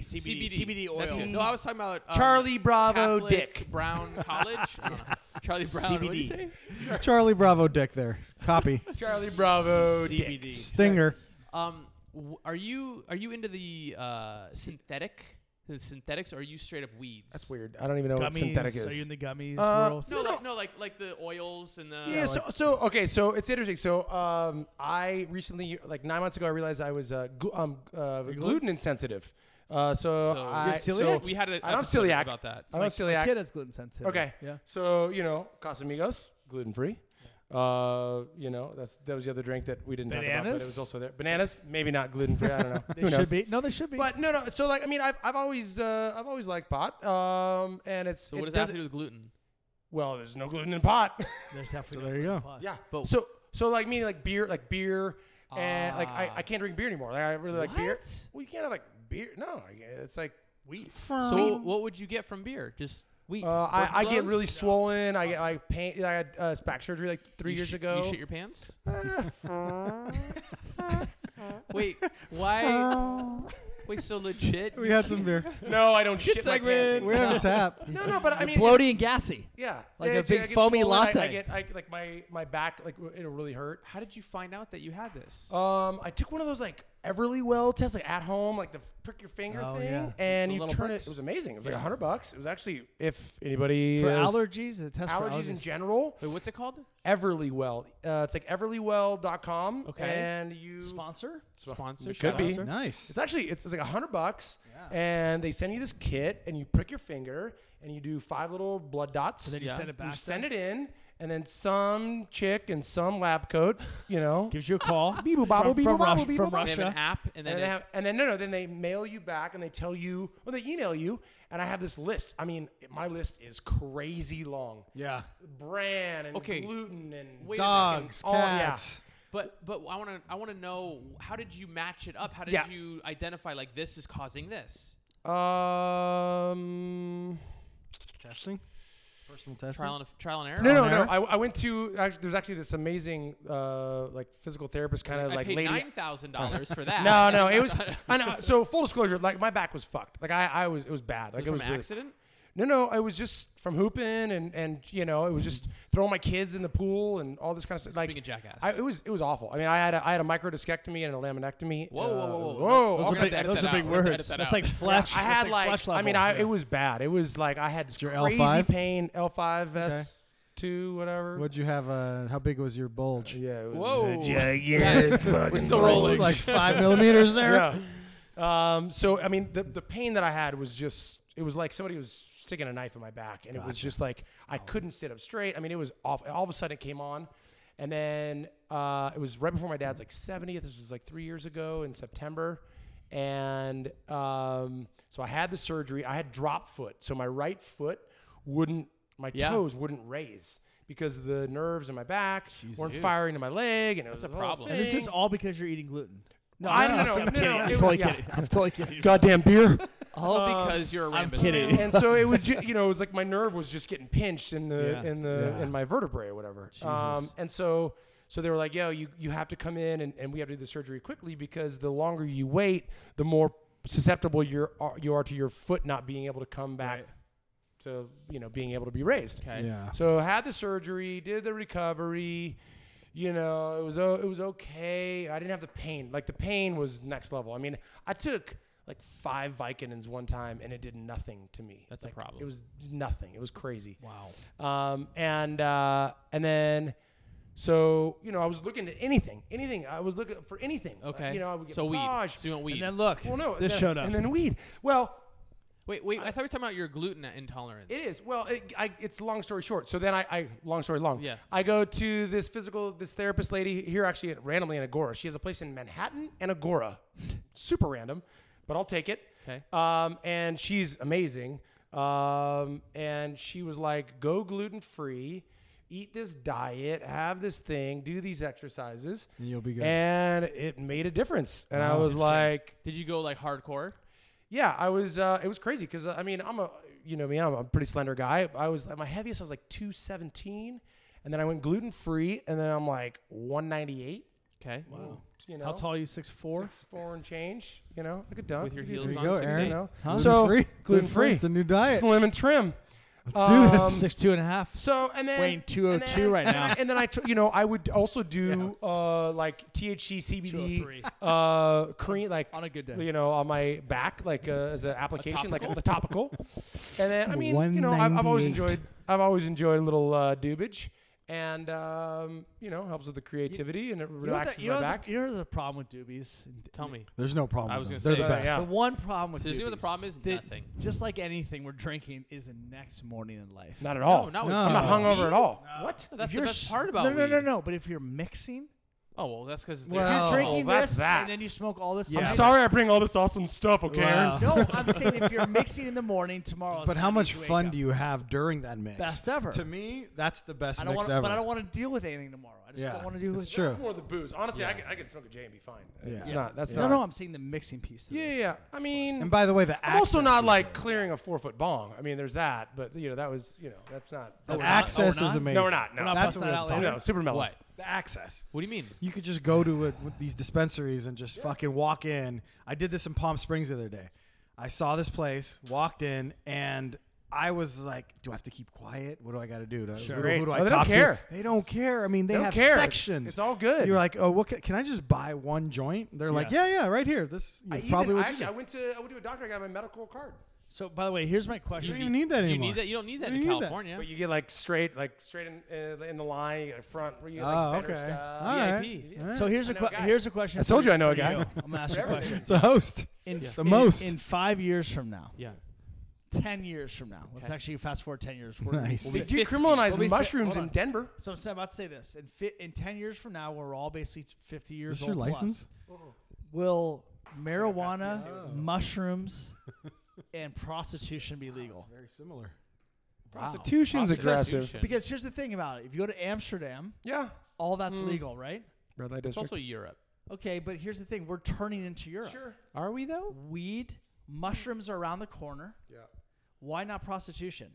E: CBD.
B: CBD.
A: CBD
B: That's
A: oil.
B: it. No, I was talking about um,
D: Charlie Bravo
B: Catholic
D: Dick.
B: Brown College. I don't know. Charlie Brown. What did you say?
A: CBD.
C: Charlie Bravo dick there. Copy.
D: Charlie Bravo Dick.
A: CBD.
C: Stinger.
B: Um, w- are you are you into the uh, synthetic, the synthetics, or are you straight up weeds?
D: That's weird. I don't even know what
A: Gummies.
D: synthetic is.
A: Are you in the gummies
D: Uh,
A: world?
B: No,
D: No,
B: like no, like like the oils and the
D: yeah. so, so okay. So it's interesting. So um, I recently, like nine months ago, I realized I was uh, glu- um, uh, gluten insensitive. Uh, so,
B: So-
D: I,
B: You
A: have
D: so-
A: celiac?
B: we had an
D: I don't
B: episode
D: celiac. Uh,
B: about that.
D: I don't celiac.
A: Kid has gluten sensitivity.
D: Okay.
A: Yeah.
D: So you know, Casamigos, gluten free. Uh, you know, that's that was the other drink that we didn't talk about, but it
A: Bananas?
D: was also there. Bananas, maybe not gluten free. I don't know.
A: They
D: Who
A: should
D: knows?
A: be. No, they should be.
D: But no, no. So like, I mean, I've, I've always uh, I've always liked pot. Um, and it's
B: So
D: it
B: what does that have
D: doesn't-
B: to do with gluten?
D: Well, there's no gluten in pot.
A: There's definitely
C: there you
A: no
C: go.
A: plot.
D: yeah.
B: But-
D: so so like meaning like beer like beer and Eh, like I,
B: Ah.
D: I can't drink beer anymore. Like I really like beer.
B: What?
D: Well, you can't have like beer. No, I- it's like wheat.
B: So what would you get from beer? Just wheat.
D: Uh, I, I get
B: Workloads?
D: really swollen. I get like pain. I had uh, back surgery like three
B: You
D: years
B: sh-
D: ago.
B: You shit your pants. Wait, why? Wait, so legit?
C: We had some beer.
D: No, I don't shit my
B: segment.
D: pants.
C: We had a tap.
D: No, no, but I mean, it's-
A: Bloaty and gassy.
D: yeah,
A: Like
D: Yeah,
A: a
D: it's- I
A: big
D: get
A: foamy
D: swollen, I- I,
A: latte.
D: get I, like my my back like it'll really hurt.
B: How did you find out that you had this?
D: Um, I took one of those like Everly Well tests, like at home, like the prick your finger
A: Oh,
D: thing,
A: yeah.
D: and
B: The
D: you
B: little
D: turn
B: pricks.
D: it. It was amazing. It was like a hundred bucks. It was actually, if anybody
A: For
D: is-
A: allergies, the test for
D: allergies
A: allergies.
D: in general,
B: Wait, what's it called?
D: Everly Well. Uh, it's like EverlyWell.com.
B: Okay.
D: and you
A: Sponsor?
B: Sponsor.
D: It could be.
B: shout out.
C: Nice.
D: It's actually it's, it's like a hundred bucks, and they send you this kit, and you prick your finger, and you do five little blood dots.
A: And then you
B: Yeah.
A: send it
D: You
A: back.
D: send it in, and then some chick in some lab coat, you know,
A: Gives you a call.
D: Beebo bobble,
A: from,
D: beebo
A: from,
D: bobble,
A: Rus-
D: beebo
A: from
D: bobble.
B: They have an
A: Russia.
B: app, and
D: and
B: then
D: then they
B: it-
D: have, and then no, no, then they mail you back and they tell you, or they email you, and I have this list. I mean, my list is crazy long.
C: Yeah.
D: Bran and
B: Okay.
D: gluten and
B: Wait a minute.
C: Dogs,
D: all- Oh, yeah.
C: cats.
B: But but I want to I want to know how did you match it up? How did
D: Yeah.
B: you identify like this is causing this?
D: Um.
C: Testing? Personal testing?
B: Trial and trial and error.
D: No, no,
C: on
D: no.
C: air?
D: I, I went to actually, there's actually this amazing uh, like physical therapist kind of
B: I
D: Uh, like
B: paid
D: lady.
B: nine thousand dollars for that.
D: No, no, it was. I know. So full disclosure, like my back was fucked. Like I, I was, it was bad. Like
B: from
D: it was
B: an
D: really-
B: accident.
D: No, no, I was just from hooping and and you know, it was just throwing my kids in the pool and all this kind of stuff. Like
B: being a jackass.
D: I, it was it was awful. I mean, I had a, I had a microdiscectomy and a laminectomy.
B: Whoa, whoa,
D: Uh,
B: whoa, whoa!
D: whoa!
B: No,
D: okay.
B: we're gonna have to edit
A: those
B: that
A: are big
B: out. We're gonna have to edit
A: words.
B: that
A: That's
B: out.
A: like flesh.
D: I
A: that's
D: had like,
A: flesh
D: I mean,
A: level.
D: I
A: Yeah.
D: it was bad. It was like I had
C: your
D: crazy
C: L5?
D: pain, L five S two, whatever.
C: What'd you have? Uh, how big was your bulge?
D: Yeah. It was
B: Whoa.
D: Yeah,
B: Yes. We're still rolling.
C: Like five millimeters there?
D: Yeah. Um, so I mean, the the pain that I had was just it was like somebody was sticking a knife in my back, and it was just like I couldn't sit up straight. I mean, it was off. All of a sudden, it came on, and then uh, it was right before my dad's like 70th. This was like three years ago in September, and um, so I had the surgery. I had drop foot, so my right foot wouldn't, my
B: Yeah.
D: toes wouldn't raise. Because the nerves in my back weren't
B: dude.
D: firing to my leg, and it was
B: a
D: the whole
B: problem.
A: And this
D: thing.
A: is all because you're eating gluten. No,
D: I don't
A: I'm-
D: know.
A: I'm
D: No,
A: kidding.
D: no,
A: I'm
D: it was-
A: totally
D: yeah.
A: kidding. I'm totally kidding.
D: goddamn beer.
B: All
D: Uh,
B: because you're a
A: I'm
B: rambus.
A: kidding.
B: fan.
D: and so it would, ju- you know, it was like my nerve was just getting pinched in the
A: Yeah.
D: in the
C: Yeah.
D: in my vertebrae or whatever. Um, and so so they were like, "Yo, you you have to come in and, and we have to do the surgery quickly because the longer you wait, the more susceptible you're are- you are to your foot not being able to come back to you know being able to be raised."
B: Okay.
C: Yeah.
D: So had the surgery, did the recovery. You know, it was o- it was okay. I didn't have the pain. Like the pain was next level. I mean, I took like five Vicodins one time, and it did nothing to me.
B: That's a
D: like,
B: problem.
D: It was nothing. It was crazy.
B: Wow.
D: Um, and uh, and then, so you know, I was looking at anything, anything. I was looking for anything. Like,
B: Okay.
D: Uh, you know, I would get
B: so
D: massage.
B: weed. So you went
A: And
B: weed.
A: then look,
D: Well, no,
A: this
D: then-
A: showed up.
D: and then weed. Well,
B: wait, wait. I, thought we were talking about your gluten intolerance.
D: It is. Well, it, I, it's long story short. So then I, I, long story long.
B: Yeah.
D: I go to this physical, this therapist lady here actually at, randomly in Agora. She has a place in Manhattan and Agora. Super random, but I'll take it.
B: Okay.
D: Um, and she's amazing. Um, and she was like, go gluten free, eat this diet, have this thing, do these exercises.
C: And you'll be good.
D: And it made a difference. And I was like,
B: Did you go like hardcore?
D: yeah, I was. Uh, it was crazy because I mean, I'm a you know me, I'm a pretty slender guy. I was like my heaviest. I was like 217, and then I went gluten free, and then I'm like 198.
B: Okay.
D: You know,
A: how tall are you? Six four.
D: Six, four and change. You know, I could dunk
B: With your
D: I could do
B: heels
D: this,
B: on,
C: go,
B: six
C: Aaron.
B: eight.
D: You know,
A: Huh?
D: uh, so
C: Gluten-free?
D: gluten free.
C: It's a new diet.
D: slim and trim.
C: Let's do this.
D: Um,
A: Six two and a half.
D: So and then
A: Weighing 202
D: and then-
A: right
D: and then
A: now.
D: I- and then I, took you know, I would also do uh, like THC, CBD,
A: 203.
D: uh, cream, like
A: On a good day.
D: you know, on my back, like uh, as an application, like the topical. and then I mean, you know, I've, I've always
C: 198.
D: enjoyed, I've always enjoyed a little uh, doobage, and um, you know, helps with the creativity and it
A: You know what
D: relaxes
A: the- you
D: my
A: know
D: back.
A: The, you know the problem with doobies.
B: Tell me.
C: There's no problem.
B: I
C: with
B: was
C: them.
B: gonna
C: They're
D: say,
C: the
D: uh,
C: best.
A: The one problem with
B: Does you know what the
A: doobies,
B: problem is?
A: that
B: Nothing.
A: Just like anything we're drinking, is the next morning in life.
D: Not at all.
B: No, not with
C: No.
D: I'm not
B: you.
D: hungover at all. What?
B: No, That's
A: If
B: the
A: you're
B: best
A: s-
B: part about
A: no, no, no,
B: weed.
A: no. But if you're mixing,
B: Oh well, that's because
C: Well-
A: you're drinking
D: that's
A: this
D: that.
A: and then you smoke all this.
C: I'm
A: stuff.
D: I'm sorry, I bring all this awesome stuff. Okay.
C: Wow.
D: Aaron?
A: No, I'm saying if you're mixing in the morning tomorrow.
C: But how much fun do you have during that mix?
A: Best ever.
C: To me, that's the best
A: I don't
C: mix
A: want,
C: ever.
A: but I don't want to deal with anything tomorrow. I just
C: Yeah,
A: don't want to do.
C: it's
A: it.
C: true.
D: That's more the booze. Honestly, I, could, I could smoke a J and be fine.
C: Yeah.
D: It's
C: Yeah.
D: not. That's
A: No,
D: not.
A: no, I'm saying the mixing piece. Of
D: yeah, yeah,
A: this.
D: yeah. I mean,
C: And by the way, the
D: I'm also
C: access
D: not
C: these
D: like
C: days-
D: clearing a four foot bong. I mean, there's that, but you know, that was you know, that's not.
A: That's
C: The
A: we're not-
C: access
A: oh, we're
C: is
A: not?
C: amazing.
D: no, we're not. No,
A: not
C: that's
A: busting
C: what
A: that
C: it's
A: out
C: all
A: later.
D: no, super mellow.
B: What?
C: The access.
B: What do you mean?
C: You could just go to it with these dispensaries and just fucking walk in. I did this in Palm Springs the other day. I saw this place, walked in, and I was like, "Do I have to keep quiet? What do I got to do? To, who, do- who do I
D: Oh, they don't
C: talk
D: care.
C: to?" They don't care. I mean, they,
D: don't
C: have
D: care. It's-
C: sections.
D: it's all good.
C: You're like, "Oh, what? Can, can I just buy one joint?" They're like, "Yeah,
A: Yes.
C: yeah, right here. This you
D: I
C: know,
D: even- I
C: probably what you
D: actually, I
C: do."
D: went to I went to a doctor. I got my medical card.
A: So, by the way, here's my question.
C: You don't even need that
B: Do you
C: anymore.
B: need that? You don't need that
C: You
B: in
C: need that.
B: California.
D: But you get like straight, like straight in uh, in the line, uh, front. Where you get,
C: Oh,
D: like, better
C: okay.
D: Stuff.
C: All right.
B: VIP.
C: All right.
A: So here's
D: I
A: a
D: know a
A: que-
D: guy.
A: here's a question.
D: I told
A: for
D: you I know
A: for
D: a guy.
A: you. I'm gonna ask you a question.
C: it's a host.
A: In,
C: The
A: in-
C: most.
A: in five years from now,
B: Yeah.
A: ten years from now. Let's actually fast forward ten years. We're
C: Nice.
A: we'll
D: They
A: be
B: We'll be 50.
D: decriminalized
A: We'll be fi-
D: mushrooms
A: hold
D: in
A: on.
D: Denver.
A: So I'm sa- about to say this. In fi- in ten years from now, we're all basically fifty years
C: Is this
A: old.
C: your
A: plus.
C: license?
A: Will marijuana, mushrooms, and prostitution be legal?
C: Very similar.
D: Prostitution's aggressive.
B: Prostitution.
A: Because here's the thing about it: if you go to Amsterdam,
D: Yeah.
A: all that's legal, right?
D: Red light
B: it's
D: district.
B: also Europe.
A: Okay, but here's the thing: we're turning into Europe.
B: Are we though?
A: Weed, mushrooms are around the corner. Yeah. Why not prostitution?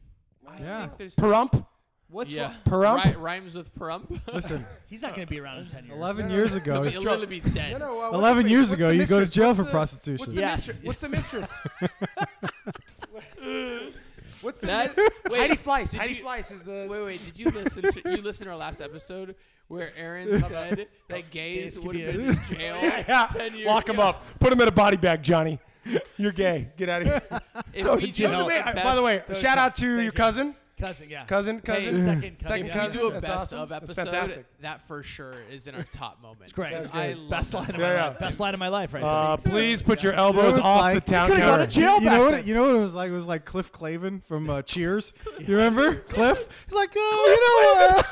B: I
C: Yeah.
B: think there's
D: Perump.
A: What's
B: yeah.
A: wrong?
D: Perump?
B: Ri- rhymes with perump.
C: Listen,
A: He's not going to be around in ten years.
C: eleven years ago,
B: You'll literally be dead.
D: no, uh, what's
C: eleven
D: the-
C: years
D: what's
C: ago,
D: the
C: you go to
D: mistress?
C: jail
D: What's
C: for
D: the- What's
C: prostitution.
D: the,
A: Yes.
D: mistress? what's the mistress? what's the
B: That's wait,
D: Heidi Fleiss.
B: did
D: Heidi
B: you-
D: Fleiss is the.
B: Wait, wait. Did you listen? to You listen to our last episode where Aaron said that gays
A: Gays could
B: would have
A: be
B: been in jail ten years.
D: Lock him
B: ago.
D: up. Put him in a body bag, Johnny. You're gay. Get out of here.
B: If
D: Go
B: we
D: to
B: do
D: jail.
B: the
D: By
B: best-
D: the way,
A: Third
D: shout out
A: time.
D: to
A: Thank
D: your
A: you.
D: cousin,
A: cousin, yeah.
D: cousin,
B: Hey,
D: cousin.
A: second
D: second
A: cousin.
B: if
A: Yeah.
B: we do a
D: That's
B: best
D: awesome.
B: of
D: That's
B: episode,
D: fantastic.
B: that for sure is in our top moment. It's
A: great. That's
B: I
D: great.
B: love
A: Best
B: that
A: line of
B: moment.
A: my
D: Yeah.
A: life. Best line of my life, right
D: Uh,
A: there.
D: please put your
C: You know
D: elbows
C: what it's
D: off
C: like?
D: the town
C: You
A: could've gone
D: counter.
A: to jail
C: You know
A: back
C: what?
A: then.
C: It, you know what it was like? It was like Cliff Clavin from uh, Cheers. You remember Cliff? He's like, oh, you know, uh,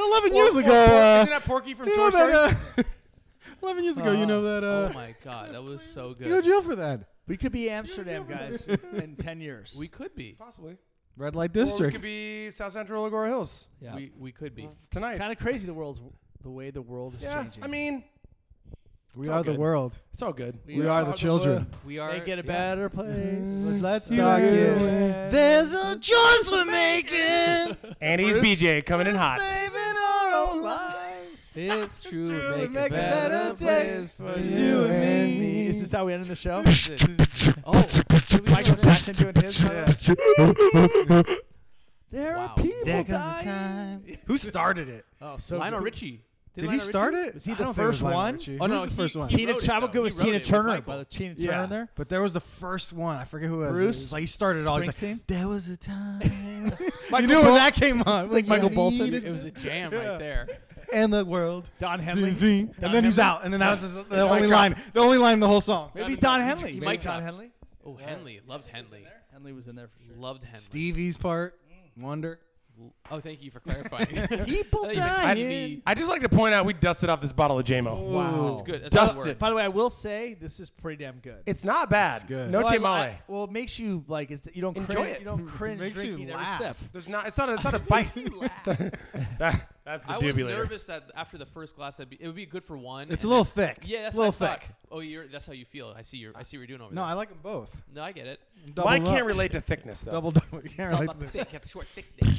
C: uh, eleven years
D: Or- or
C: ago.
D: Por-
C: uh,
D: isn't that Porky from
C: you
D: Toy
C: know
D: Story?
C: that, uh, eleven years ago, you know that.
B: oh
C: Uh,
B: my god, that was so
C: you go to
B: good.
C: jail for that.
A: We could be Amsterdam, guys, in ten years.
B: We could be.
D: Possibly.
C: Red light
D: Or it
C: district.
D: could be South Central Agora Hills
A: yeah.
B: We we could be.
D: tonight.
A: kind of crazy the world's the way the world is
D: yeah,
A: changing.
D: I mean,
C: we
D: it's
C: are
D: all
C: the
D: good.
C: world.
D: it's all good.
C: We, are, the children.
B: We are.
A: they get a
B: yeah.
A: better place.
C: Let's
A: You
C: not
A: will.
C: get- There's a choice we're making.
D: And he's BJ coming in hot.
C: Saving our own lives.
B: It's true.
C: true,
B: Make,
C: make
B: a
C: a
B: better
C: better
B: place for
C: you
B: you
C: and
B: and
C: me.
A: Is this how we ended the show?
B: me. Oh, should we
A: Michael
B: do that?
A: Jackson doing his.
C: Yeah.
A: There
B: Wow.
A: are people
C: There comes a
A: dying.
C: time. Who started it?
B: Uh,
A: Oh, so
B: Lionel
A: good.
B: Richie.
C: Did, he start it?
A: Was he
C: I
A: the
C: don't think it was
A: first
C: Lionel
A: one?
C: Richie.
B: Oh,
C: Who
B: no,
C: was the
B: he-
C: first one?
B: he-
A: Tina
B: wrote it,
A: Chabot
B: though.
A: was
B: He wrote
A: Tina
B: it with
A: Turner.
B: Michael.
A: By the Tina
C: Yeah,
A: Turner in there.
C: But there was the first one. I forget who it was.
A: Bruce
C: It was like, he started it all. He's
A: Springsteen?
C: like, there was a time. you knew when that came on. It's like Michael Bolton.
B: It was a jam right there.
C: and the world.
A: Don Henley.
C: Ding, ding.
A: Don
C: And then he's
A: Henley.
C: out. And then that was his- the
D: Mic
C: only
D: drop.
C: line. The only line in the whole song.
A: Maybe
B: Don-
A: Don
B: Don-
A: Henley.
B: He
A: Maybe
B: might
A: Don
B: drop.
A: Henley.
B: Oh, Henley. Loved Henley.
A: Henley was in there for sure.
B: Loved Henley.
C: Stevie's part. Wonder.
B: Oh, thank you for clarifying.
A: People
B: I thought you meant
A: dying.
B: Stevie.
D: I just like to point out we dusted off this bottle of JMO.
A: Wow.
B: It's good. That's how it
D: Dusted.
B: works.
A: By the way, I will say this is pretty damn good.
D: It's not bad.
C: It's good.
D: No
A: well, I-
D: J Mole.
A: I- well, it makes you like it's, you don't
D: Enjoy
A: cringe,
D: it.
A: You don't cringe
C: Makes you
A: drinking every
C: laugh.
A: sip.
D: There's not. It's not. It's not a bite. That- that's the
B: I was
D: doobie later.
B: nervous that after the first glass, that'd be, it would be good for one.
C: It's a
B: and
C: little thick.
B: then- Yeah, that's
C: a little
B: what I
C: thick.
B: thought. Oh, you're. That's how you feel. I see. You're. I see what you're doing over
C: No,
B: there.
C: I like them both.
B: no, I get it.
C: Double
D: Mine can't
C: up.
D: relate to thickness though.
C: Double double. You can't
B: It's all
C: relate
B: about
C: to
B: the
C: the-
B: thick. Have the short, thick dick.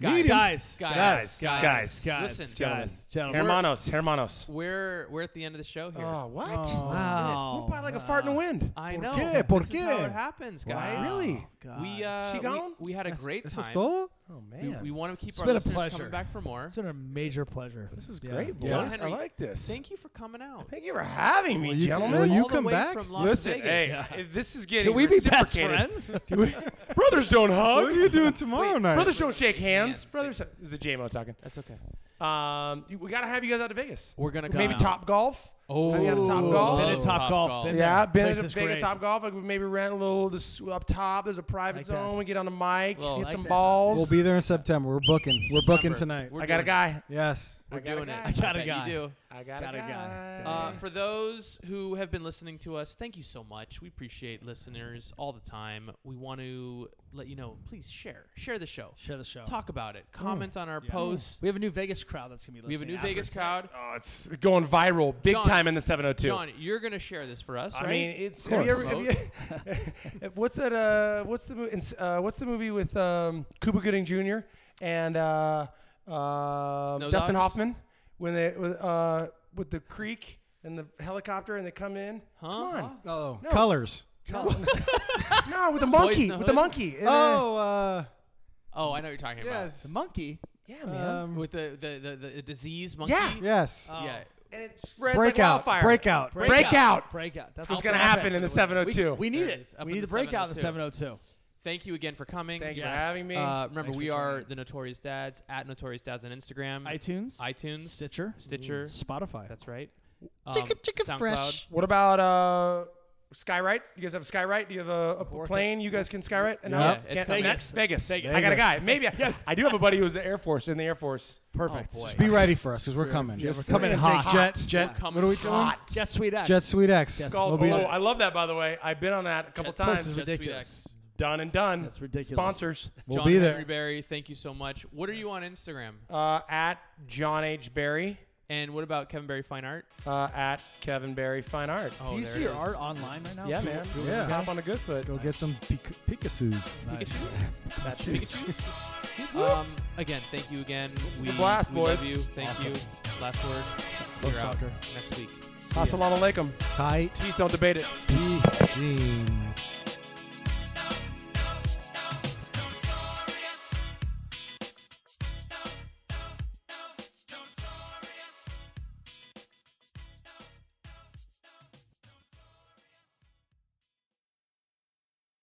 C: Medium.
A: Guys,
B: Guys,
D: guys,
B: guys,
D: guys,
A: guys,
B: listen,
A: guys, gentlemen.
D: Hermanos. Hermanos.
B: We're we're at the end of the show here.
D: Oh what?
C: Oh,
A: Wow.
D: We're by like a fart in the wind.
B: I
C: ¿Por
B: know.
C: qué? ¿Por
B: this is how
C: qué?
B: it happens,
A: Wow.
B: guys.
D: Really?
A: God.
B: We uh,
D: She
B: we-
D: gone?
B: We, had a great
C: ¿Eso es
B: time.
C: todo?
D: Oh
B: We,
D: man.
B: want to keep
A: It's
B: our
A: been a
B: listeners
A: pleasure.
B: coming back for more.
A: it's been a major pleasure.
D: this is
A: Yeah.
D: great, boys.
C: Yeah.
B: John Henry,
D: I like this.
B: Thank you for coming out.
D: Thank you for having me,
C: Well, you-
D: gentlemen.
C: well, you
B: All the
C: come
B: way
C: back?
B: From Las
D: Listen,
B: Vegas.
D: hey, uh, this is getting
A: Can we be best
D: reciprocated.
A: friends?
D: Brothers don't
C: What are
D: hug.
C: you doing tomorrow night?
D: Brothers don't shake hands.
B: Hands.
D: Brothers is the JMO talking.
B: That's okay.
D: Um, you- we gotta have you guys out to Vegas.
B: We're gonna
D: Maybe
B: come.
D: Top Golf.
B: Oh,
D: Maybe out of Top Golf.
A: Been at Top Golf. Been there.
D: Yeah, been
A: Place
D: to
A: is
D: Vegas
A: great.
D: Top Golf. Like we maybe rent a little this, up top. There's a private
A: Like that.
D: zone. We get on the mic,
B: Well,
D: hit
A: like
D: some
A: that.
D: balls.
C: We'll be there in September. We're booking. We're booking tonight.
B: We're
D: I got a
B: doing it.
D: guy.
C: Yes.
B: We're
D: I got a
B: doing it.
D: guy.
B: I
A: got a
B: bet
A: guy.
B: You do.
D: I got,
A: Got
D: a
A: a
D: guy.
A: guy.
B: Uh,
A: Yeah.
B: for those who have been listening to us, thank you so much. We appreciate listeners all the time. We want to let you know, please share. Share the show.
A: Share the show.
B: Talk about it. Comment on our posts.
A: We have a new Vegas crowd that's gonna be.
B: We have a
A: listening
B: new
A: after
B: Vegas
A: tonight.
B: crowd.
D: oh, it's going viral big
B: John-
D: time in the 702.
B: John, you're going to share this for us,
D: I
B: right?
D: mean, it's.
C: Of
D: Have you
C: course.
D: ever, have you- what's that? Uh, what's the movie? Uh, what's the movie with um, Cuba Gooding Jr. and uh, uh,
B: Snow
D: Dustin
B: Dogs?
D: Hoffman when they with, uh, with the creek and the helicopter and they come in?
B: Huh?
D: Come on.
C: Oh,
D: No.
C: colors.
D: No, no, with the monkey.
B: in the
D: With the
B: Hood?
D: monkey. And, uh,
C: Oh, uh,
B: Oh, I know what you're talking
C: yes.
A: The monkey.
D: yeah, man.
B: about.
C: Um,
B: With the, the, the, the disease monkey?
C: yes.
A: Oh.
B: Yeah.
D: and it spreads
C: breakout.
D: like wildfire.
C: breakout.
A: Break-
D: Breakout.
A: Breakout. That's
D: That's what's gonna happen in the 702.
A: We need
B: oh There it
A: it.
B: is, up
A: We
B: in
A: need
B: the oh
A: the breakout in the 702.
B: Thank you again for coming.
D: Thank you
A: Yes.
D: for having me.
B: Uh, remember,
A: Thanks
B: we
A: for
B: are
A: joining.
B: the Notorious Dads at Notorious Dads on Instagram,
A: oh iTunes,
B: iTunes,
A: Stitcher,
B: Stitcher.
A: Spotify.
B: That's right. Um,
C: Chicka, chicka
B: SoundCloud.
C: fresh.
D: what about uh, Skyride? You guys have a Skyride? Do you have a, a
E: Worth
D: plane? You guys can Skyride? No,
B: Yeah,
D: Can't-
B: it's
D: Matt?
B: coming.
D: Vegas. Vegas.
C: Vegas.
D: I got a
C: Vegas.
D: guy. Maybe I, I do have a buddy who's in the Air Force. In the Air Force.
A: Perfect.
B: Oh, boy.
A: Just
C: Be ready for us because we're coming.
D: Just
C: we're coming
D: saying.
C: hot.
D: Hot.
C: Jet, jet.
B: coming
C: What are we
B: hot.
A: Jet Sweet X.
C: doing? Jet Sweet X.
A: Yes.
D: Called, oh,
C: Mobile.
D: I love that by the way. I've been on that a couple
B: Jet-
D: times.
A: This is
B: Jet Sweet
A: ridiculous.
B: X.
D: Done and done.
A: That's ridiculous.
D: Sponsors
C: We'll
B: John
C: be
B: Henry
C: there.
B: Barry, thank you so much. What are you on Instagram?
D: uh, at John H Barry,
B: And what about Kevin Barry Fine Art?
D: uh, at Kevin Barry Fine Art.
B: Oh,
A: Do you
B: there
A: see
B: it
A: your
B: is.
A: art online right now?
D: yeah,
A: Cool.
D: man.
A: Cool.
C: Yeah.
D: Hop on a good foot.
C: Go get some Pik- Pikachu's.
A: Nice.
D: That's
B: Pikachu. um, again, thank you again. We,
D: a blast,
B: we love
D: boys.
B: you. Thank
A: Awesome.
B: you. Last word.
A: Love
B: You're out
A: soccer.
B: next week.
D: Assalamu alaikum.
C: Tight.
D: Please don't debate it.
C: Peace. Jeans.